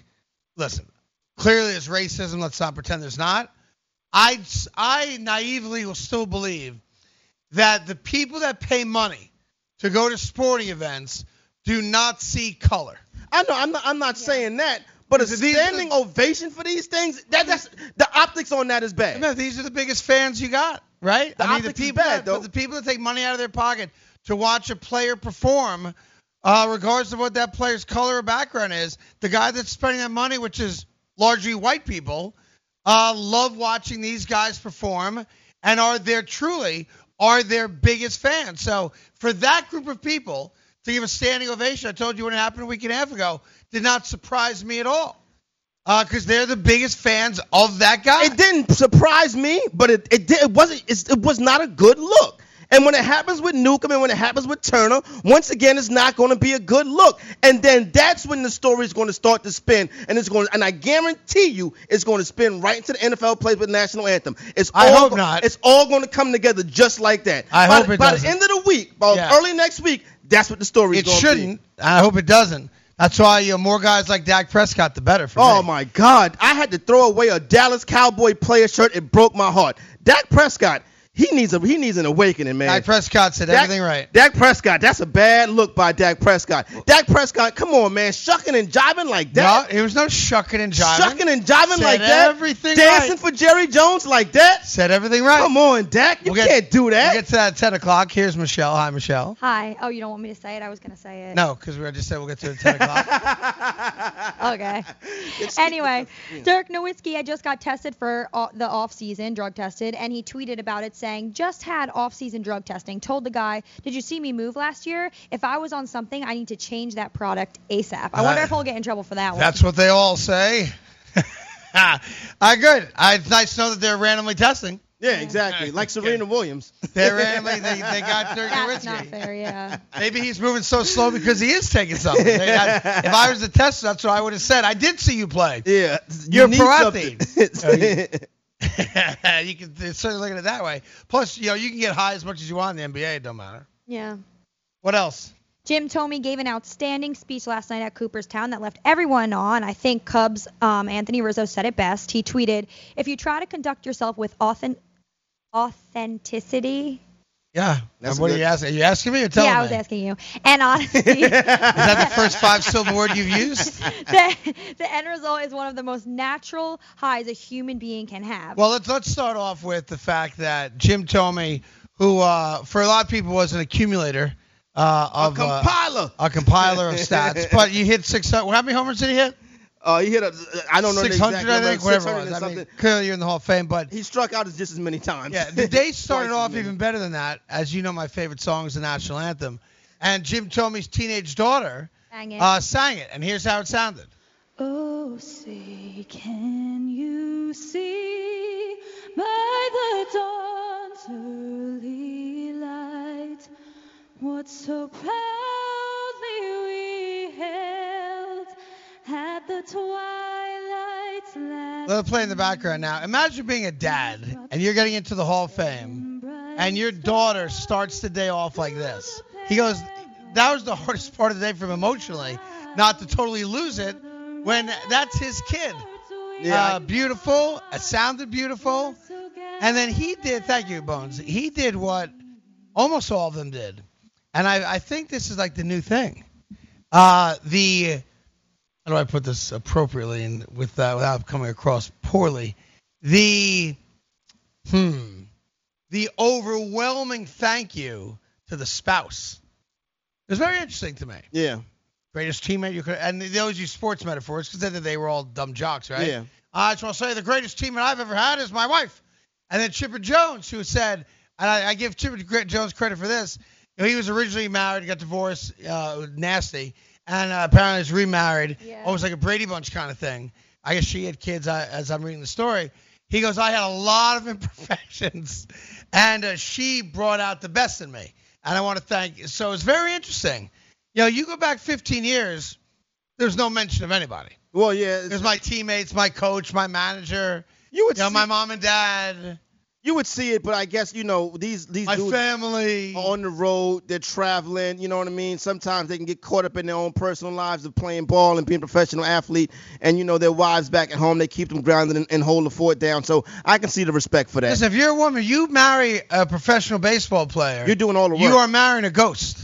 [SPEAKER 1] listen, clearly there's racism. Let's not pretend there's not. I I naively will still believe that the people that pay money to go to sporting events do not see color.
[SPEAKER 3] I know I'm not I'm not saying that, but a standing ovation for these things that that's the optics on that is bad.
[SPEAKER 1] No, these are the biggest fans you got, right?
[SPEAKER 3] The
[SPEAKER 1] I mean, the
[SPEAKER 3] optics is
[SPEAKER 1] people
[SPEAKER 3] bad,
[SPEAKER 1] that, but
[SPEAKER 3] though.
[SPEAKER 1] the people that take money out of their pocket to watch a player perform, uh, regardless of what that player's color or background is, the guy that's spending that money, which is largely white people, uh, love watching these guys perform and are their truly are their biggest fans. So for that group of people to give a standing ovation, I told you when it happened a week and a half ago, did not surprise me at all. Because they're the biggest fans of that guy.
[SPEAKER 3] It didn't surprise me, but it it, did, it wasn't it's, it was not a good look. And when it happens with Newcomb and when it happens with Turner, once again, it's not going to be a good look. And then that's when the story is going to start to spin, and it's going. to And I guarantee you, it's going to spin right into the NFL plays with national anthem. It's
[SPEAKER 1] I
[SPEAKER 3] all
[SPEAKER 1] hope
[SPEAKER 3] go-
[SPEAKER 1] not.
[SPEAKER 3] It's all going to come together just like that.
[SPEAKER 1] I
[SPEAKER 3] by
[SPEAKER 1] hope
[SPEAKER 3] the,
[SPEAKER 1] it
[SPEAKER 3] by
[SPEAKER 1] doesn't.
[SPEAKER 3] the end of the week, by
[SPEAKER 1] Yeah.
[SPEAKER 3] early next week, that's what the story is.
[SPEAKER 1] It
[SPEAKER 3] gonna be.
[SPEAKER 1] shouldn't. and I hope it doesn't. That's why you know, more guys like Dak Prescott, the better for
[SPEAKER 3] Oh
[SPEAKER 1] me.
[SPEAKER 3] my God! I had to throw away a Dallas Cowboy player shirt. It broke my heart. Dak Prescott, he needs a he needs an awakening, man.
[SPEAKER 1] Dak Prescott said
[SPEAKER 3] Dak-
[SPEAKER 1] everything right.
[SPEAKER 3] Dak Prescott, that's a bad look by Dak Prescott. Dak Prescott, come on, man, shucking and jiving like that.
[SPEAKER 1] No, it was no shucking and jiving.
[SPEAKER 3] Shucking and jiving
[SPEAKER 1] Said
[SPEAKER 3] like that.
[SPEAKER 1] everything
[SPEAKER 3] Dancing
[SPEAKER 1] right.
[SPEAKER 3] for Jerry Jones like that.
[SPEAKER 1] Said everything right.
[SPEAKER 3] Come on, Dak. You can't do that.
[SPEAKER 1] We'll get to that at 10 o'clock. Here's Michelle. Hi, Michelle.
[SPEAKER 9] Hi. Oh, you don't want me to say it? I was gonna say it.
[SPEAKER 1] No, because we just said we'll get to it at 10 o'clock.
[SPEAKER 9] okay. anyway, Dirk Nowitzki, I just got tested for uh, the off-season drug tested, and he tweeted about it saying, "Just had off-season drug testing. Told the guy, did you see me move last year? If I was on something, I need to change that product ASAP. I wonder
[SPEAKER 1] Uh,
[SPEAKER 9] if I'll get in trouble for that one."
[SPEAKER 1] That's what they all say. I good. I, it's nice to know that they're randomly testing.
[SPEAKER 3] Yeah, exactly. Like Serena Williams.
[SPEAKER 1] They randomly they, they got Dirk Nowitzki.
[SPEAKER 9] Not fair, yeah.
[SPEAKER 1] Maybe he's moving so slow because he is taking something. They- I- if I was the tester, that's what I would have said. I did see you play.
[SPEAKER 3] Yeah,
[SPEAKER 1] You're
[SPEAKER 3] you
[SPEAKER 1] a pro
[SPEAKER 3] need
[SPEAKER 1] athlete.
[SPEAKER 3] something.
[SPEAKER 1] you can it's certainly look at it that way. Plus, you know, you can get high as much as you want in the NBA. It don't matter.
[SPEAKER 9] Yeah.
[SPEAKER 1] What else?
[SPEAKER 9] Jim Tomey gave an outstanding speech last night at Cooperstown that left everyone on. I think Cubs um, Anthony Rizzo said it best. He tweeted, "If you try to conduct yourself with authen- authenticity,
[SPEAKER 1] Yeah.
[SPEAKER 3] That's
[SPEAKER 1] what are
[SPEAKER 3] good.
[SPEAKER 1] you asking? Are you asking me or telling
[SPEAKER 9] yeah, I
[SPEAKER 1] me?
[SPEAKER 9] was asking you, and honesty,
[SPEAKER 1] Is that the first five syllable word you've used?
[SPEAKER 9] the, the end result is one of the most natural highs a human being can have."
[SPEAKER 1] Well, let's let's start off with the fact that Jim Tomey, who uh, for a lot of people was an accumulator uh, of uh,
[SPEAKER 3] compiler.
[SPEAKER 1] a compiler of stats, but you hit six hundred. How many homers did he hit?
[SPEAKER 3] Uh, he hit a. I don't know the
[SPEAKER 1] Six
[SPEAKER 3] exact
[SPEAKER 1] hundred, I
[SPEAKER 3] number,
[SPEAKER 1] think, whatever
[SPEAKER 3] 600
[SPEAKER 1] it was.
[SPEAKER 3] and
[SPEAKER 1] I mean,
[SPEAKER 3] something.
[SPEAKER 1] clearly you're in the Hall of Fame, but
[SPEAKER 3] He struck out just as many times.
[SPEAKER 1] Yeah, the day started
[SPEAKER 3] Twice as
[SPEAKER 1] off
[SPEAKER 3] many.
[SPEAKER 1] even better than that. As you know, my favorite song is the national anthem, and Jim Tomey's teenage daughter
[SPEAKER 9] Sang it.
[SPEAKER 1] uh, sang it, and here's how it sounded.
[SPEAKER 13] Oh, say, can you see by the dawn's early light what so proudly we hailed at the twilight's last
[SPEAKER 1] Let it play in the background now. Imagine being a dad, and you're getting into the Hall of Fame, and your daughter starts the day off like this. He goes, "That was the hardest part of the day for him emotionally, not to totally lose it when that's his kid."
[SPEAKER 3] Yeah.
[SPEAKER 1] Uh, beautiful. It sounded beautiful. And then he did. Thank you, Bones. He did what almost all of them did. and I, I think this is like the new thing. Uh, the how do I put this appropriately and with uh, without coming across poorly? The hmm, the overwhelming thank you to the spouse. It was very interesting to me.
[SPEAKER 3] Yeah.
[SPEAKER 1] Greatest teammate you could, and they always use sports metaphors because they, they were all dumb jocks, right?
[SPEAKER 3] Yeah.
[SPEAKER 1] I just want to say the greatest teammate I've ever had is my wife. And then Chipper Jones, who said, and I, I give Chipper Gr- Jones credit for this. You know, he was originally married, got divorced, uh, nasty, and uh, apparently is remarried, almost like a Brady Bunch kind of thing. I guess she had kids. I, as I'm reading the story, he goes, I had a lot of imperfections, and uh, she brought out the best in me. And I want to thank you. So it's very interesting. You know, you go back 15 years, there's no mention of anybody.
[SPEAKER 3] Well, yeah.
[SPEAKER 1] There's my teammates, my coach, my manager. You would. You know, my mom and dad.
[SPEAKER 3] You would see it, but I guess you know these these
[SPEAKER 1] My
[SPEAKER 3] dudes
[SPEAKER 1] family
[SPEAKER 3] are on the road. They're traveling. You know what I mean. Sometimes they can get caught up in their own personal lives of playing ball and being a professional athlete. And you know their wives back at home. They keep them grounded and, and hold the fort down. So I can see the respect for that.
[SPEAKER 1] Listen, if you're a woman, you marry a professional baseball player. You're
[SPEAKER 3] doing all the
[SPEAKER 1] work. You are marrying a ghost.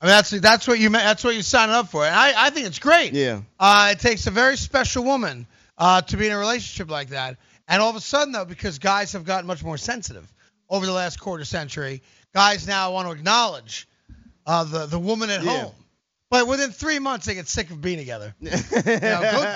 [SPEAKER 1] I mean, that's that's what you ma- that's what you signing up for, and I, I think it's great.
[SPEAKER 3] Yeah.
[SPEAKER 1] Uh, it takes a very special woman uh, to be in a relationship like that. And all of a sudden, though, because guys have gotten much more sensitive over the last quarter century, guys now want to acknowledge uh, the the woman at home. But within three months, they get sick of being together. You know,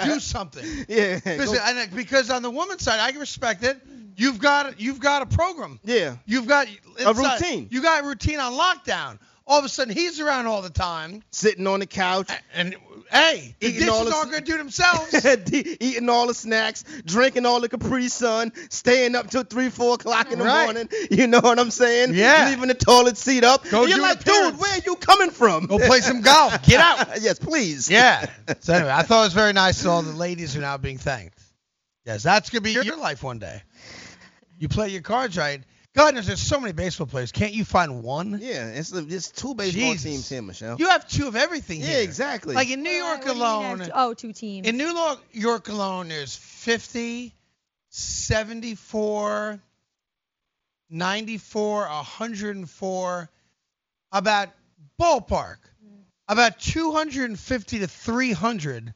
[SPEAKER 1] go do something.
[SPEAKER 3] Yeah.
[SPEAKER 1] Because,
[SPEAKER 3] go-
[SPEAKER 1] and, uh, because on the woman's side, I can respect it. You've got you've got a program.
[SPEAKER 3] Yeah.
[SPEAKER 1] You've got
[SPEAKER 3] A
[SPEAKER 1] it's
[SPEAKER 3] routine.
[SPEAKER 1] You got a routine on lockdown. All of a sudden, he's around all the time.
[SPEAKER 3] Sitting on the couch.
[SPEAKER 1] And, hey, the
[SPEAKER 3] Eating
[SPEAKER 1] dishes
[SPEAKER 3] all this-
[SPEAKER 1] aren't going to do themselves.
[SPEAKER 3] eating all the snacks, drinking all the Capri Sun, staying up till three, four o'clock in the
[SPEAKER 1] Right.
[SPEAKER 3] morning. You know what I'm saying?
[SPEAKER 1] Yeah.
[SPEAKER 3] Leaving the toilet seat up.
[SPEAKER 1] Go
[SPEAKER 3] And You're
[SPEAKER 1] do
[SPEAKER 3] like, dude,
[SPEAKER 1] appearance.
[SPEAKER 3] where you coming from?
[SPEAKER 1] Go play some golf. Get out.
[SPEAKER 3] yes, please.
[SPEAKER 1] Yeah. So anyway, I thought it was very nice that all the ladies are now being thanked. Yes, that's gonna be your life one day. You play your cards right. God knows there's so many baseball players. Can't you find one?
[SPEAKER 3] Yeah, it's it's two baseball
[SPEAKER 1] Jesus.
[SPEAKER 3] teams here, Michelle.
[SPEAKER 1] You have two of everything
[SPEAKER 3] Yeah,
[SPEAKER 1] here.
[SPEAKER 3] exactly.
[SPEAKER 1] Like in New York alone,
[SPEAKER 9] Oh, two teams.
[SPEAKER 1] in New Lo- York alone, there's 50, 74, 94, 104, about ballpark,
[SPEAKER 9] Mm.
[SPEAKER 1] about 250 to 300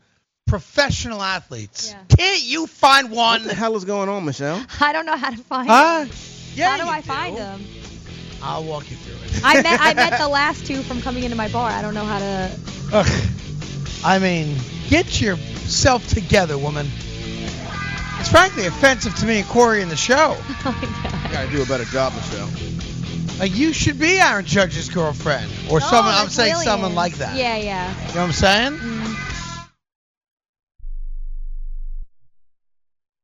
[SPEAKER 1] professional athletes. Can't you find one?
[SPEAKER 3] What the hell is going on, Michelle?
[SPEAKER 9] I don't know how to find
[SPEAKER 1] Huh?
[SPEAKER 9] them.
[SPEAKER 1] Ah, Yeah,
[SPEAKER 9] how do
[SPEAKER 1] you
[SPEAKER 9] I find them?
[SPEAKER 1] I'll walk you through it.
[SPEAKER 9] I met I met the last two from coming into my bar. I don't know how to.
[SPEAKER 1] Ugh. I mean, get yourself together, woman. It's frankly offensive to me and Corey in the show.
[SPEAKER 3] You gotta do a better job, Michelle.
[SPEAKER 1] Like you should be Aaron Judge's girlfriend or
[SPEAKER 9] Oh,
[SPEAKER 1] someone. I'm
[SPEAKER 9] there's
[SPEAKER 1] saying
[SPEAKER 9] millions.
[SPEAKER 1] someone like that.
[SPEAKER 9] Yeah, yeah. Mm.
[SPEAKER 1] You know what I'm saying?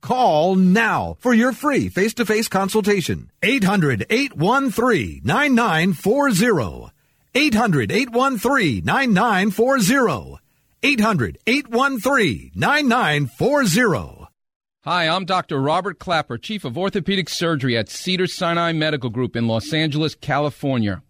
[SPEAKER 14] Call now for your free face-to-face consultation. 800-813-9940. 800 813 9940. 800 813 9940.
[SPEAKER 15] Hi, I'm Dr. Robert Clapper, Chief of Orthopedic Surgery at Cedar Sinai Medical Group in Los Angeles, California.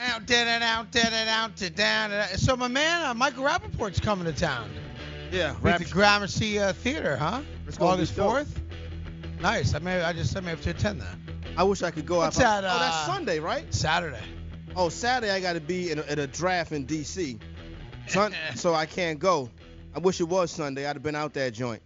[SPEAKER 1] Out, did it out, did it out, did down. da- da. So my man uh, Michael Rappaport's coming to town.
[SPEAKER 3] Yeah,
[SPEAKER 1] at the Gramercy uh, Theater, huh? It's
[SPEAKER 3] gonna be
[SPEAKER 1] August
[SPEAKER 3] dope.
[SPEAKER 1] fourth. Nice. I may I just I may have to attend that.
[SPEAKER 3] I wish I could go
[SPEAKER 1] What's
[SPEAKER 3] out.
[SPEAKER 1] that?
[SPEAKER 3] oh, that's
[SPEAKER 1] uh,
[SPEAKER 3] Sunday, right?
[SPEAKER 1] Saturday.
[SPEAKER 3] Oh, Saturday I got to be in a, at a draft in D.C. Sun- so I can't go. I wish it was Sunday. I'd have been out that joint.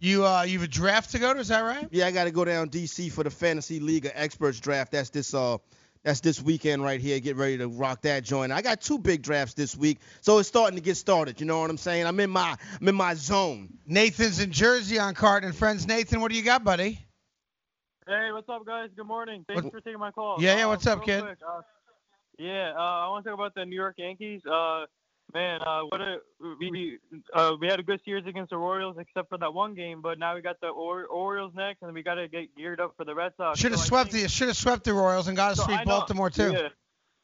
[SPEAKER 1] You uh, you have a draft to go to? Is that right?
[SPEAKER 3] Yeah, I got to go down D.C. for the Fantasy League of Experts draft. That's this uh, that's this weekend right here. Get ready to rock that joint. I got two big drafts this week, so it's starting to get started. You know what I'm saying? I'm in my I'm in my zone.
[SPEAKER 1] Nathan's in Jersey on Carton and Friends. Nathan, what do you got, buddy?
[SPEAKER 16] Hey, what's up, guys? Good morning. Thanks for taking my call. Um,
[SPEAKER 1] Yeah, yeah, what's up,
[SPEAKER 16] real
[SPEAKER 1] kid?
[SPEAKER 16] quick, uh, yeah, uh, I want to talk about the New York Yankees. Uh, man, uh, what a we- we uh, we had a good series against the Royals, except for that one game. But now we got the or- Orioles next, and we got to get geared up for the Red Sox.
[SPEAKER 1] Should have
[SPEAKER 16] So I
[SPEAKER 1] swept
[SPEAKER 16] think-
[SPEAKER 1] the should have swept the Royals and got to
[SPEAKER 16] so I
[SPEAKER 1] sweep
[SPEAKER 16] know-
[SPEAKER 1] Baltimore too.
[SPEAKER 16] Yeah,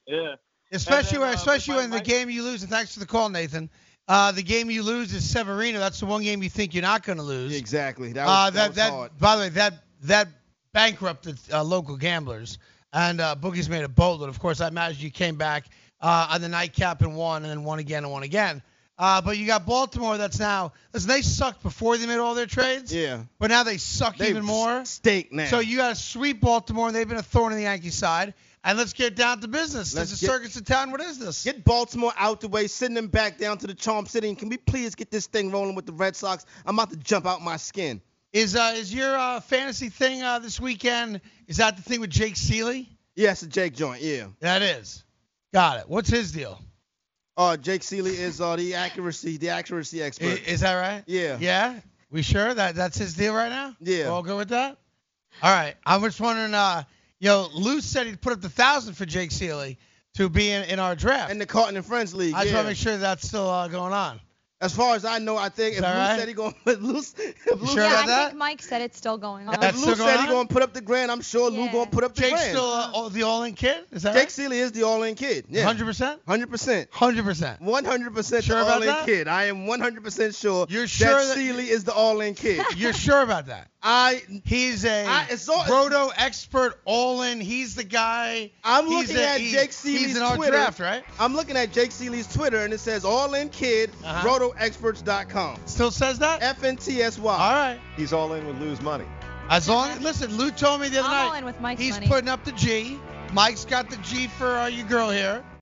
[SPEAKER 16] yeah.
[SPEAKER 1] Especially
[SPEAKER 16] And then,
[SPEAKER 1] when,
[SPEAKER 16] uh,
[SPEAKER 1] especially
[SPEAKER 16] my-
[SPEAKER 1] when the
[SPEAKER 16] my-
[SPEAKER 1] game you lose, and thanks for the call, Nathan. Uh, the game you lose is Severino. That's the one game you think you're not going to lose.
[SPEAKER 3] Exactly. That
[SPEAKER 1] uh,
[SPEAKER 3] was- that was hard.
[SPEAKER 1] By the way, that that bankrupted uh, local gamblers, and uh, Boogie's made a boatload. Of course, I imagine you came back uh, on the nightcap and won, and then won again and won again. Uh, but you got Baltimore. That's now. Listen, they sucked before they made all their trades.
[SPEAKER 3] Yeah.
[SPEAKER 1] But now they suck
[SPEAKER 3] They
[SPEAKER 1] even more.
[SPEAKER 3] Stink now.
[SPEAKER 1] So you got to sweep Baltimore, and they've been a thorn in the Yankee side. And let's get down to business.
[SPEAKER 3] Let's
[SPEAKER 1] this is
[SPEAKER 3] get-
[SPEAKER 1] circus in town. What is this?
[SPEAKER 3] Get Baltimore out the way, send them back down to the Charm City, and can we please get this thing rolling with the Red Sox? I'm about to jump out my skin.
[SPEAKER 1] Is uh, is your uh, fantasy thing uh, this weekend? Is that the thing with Jake Seeley?
[SPEAKER 3] Yeah, it's a Jake joint. Yeah.
[SPEAKER 1] That is. Got it. What's his deal?
[SPEAKER 3] Uh, Jake Seeley is uh the accuracy, the accuracy expert.
[SPEAKER 1] I- is that right?
[SPEAKER 3] Yeah.
[SPEAKER 1] Yeah. We sure that that's his deal right now?
[SPEAKER 3] Yeah.
[SPEAKER 1] We're all good with that? All right. I was wondering. Uh, yo, Lou said he'd put up the thousand for Jake Seeley to be in, in our draft. In
[SPEAKER 3] the Carton and Friends League.
[SPEAKER 1] I just want
[SPEAKER 3] yeah.
[SPEAKER 1] to make sure that's still uh, going on.
[SPEAKER 3] As far as I know, I think
[SPEAKER 1] Is
[SPEAKER 3] if Lou
[SPEAKER 1] that right?
[SPEAKER 3] said he gonna put loose, if Lou
[SPEAKER 1] sure
[SPEAKER 9] yeah,
[SPEAKER 1] about
[SPEAKER 9] I
[SPEAKER 1] that?
[SPEAKER 9] think Mike said it's still going on.
[SPEAKER 3] if Lou said he gonna put up the grand, I'm sure Lou gonna put up the
[SPEAKER 1] Jake's
[SPEAKER 3] grand.
[SPEAKER 1] still uh, all- the all-in kid. Is that
[SPEAKER 3] Jake
[SPEAKER 1] right?
[SPEAKER 3] Seeley is the all-in kid. Yeah.
[SPEAKER 1] 100%?
[SPEAKER 3] 100%.
[SPEAKER 1] 100%.
[SPEAKER 3] 100%
[SPEAKER 1] Sure
[SPEAKER 3] the
[SPEAKER 1] about
[SPEAKER 3] all-in
[SPEAKER 1] that?
[SPEAKER 3] kid. I am 100% sure. You're
[SPEAKER 1] sure
[SPEAKER 3] that,
[SPEAKER 1] that-
[SPEAKER 3] Seeley is the all-in kid.
[SPEAKER 1] You're sure about that?
[SPEAKER 3] I
[SPEAKER 1] he's a proto expert all in. He's the guy.
[SPEAKER 3] I'm
[SPEAKER 1] he's
[SPEAKER 3] looking
[SPEAKER 1] a-
[SPEAKER 3] at
[SPEAKER 1] he-
[SPEAKER 3] Jake
[SPEAKER 1] He's
[SPEAKER 3] Seeley's
[SPEAKER 1] in our
[SPEAKER 3] Twitter.
[SPEAKER 1] draft, right?
[SPEAKER 3] I'm looking at Jake Seeley's Twitter and it says all in kid, rotoexperts.com.
[SPEAKER 1] Uh-huh. Still says that?
[SPEAKER 3] FNTSY. All
[SPEAKER 1] right.
[SPEAKER 2] He's all in with Lou's money.
[SPEAKER 1] As long as listen, Lou told me the other
[SPEAKER 9] I'm
[SPEAKER 1] night
[SPEAKER 9] all in with Mike's
[SPEAKER 1] he's
[SPEAKER 9] money.
[SPEAKER 1] putting up the G. Mike's got the G for uh, your girl here.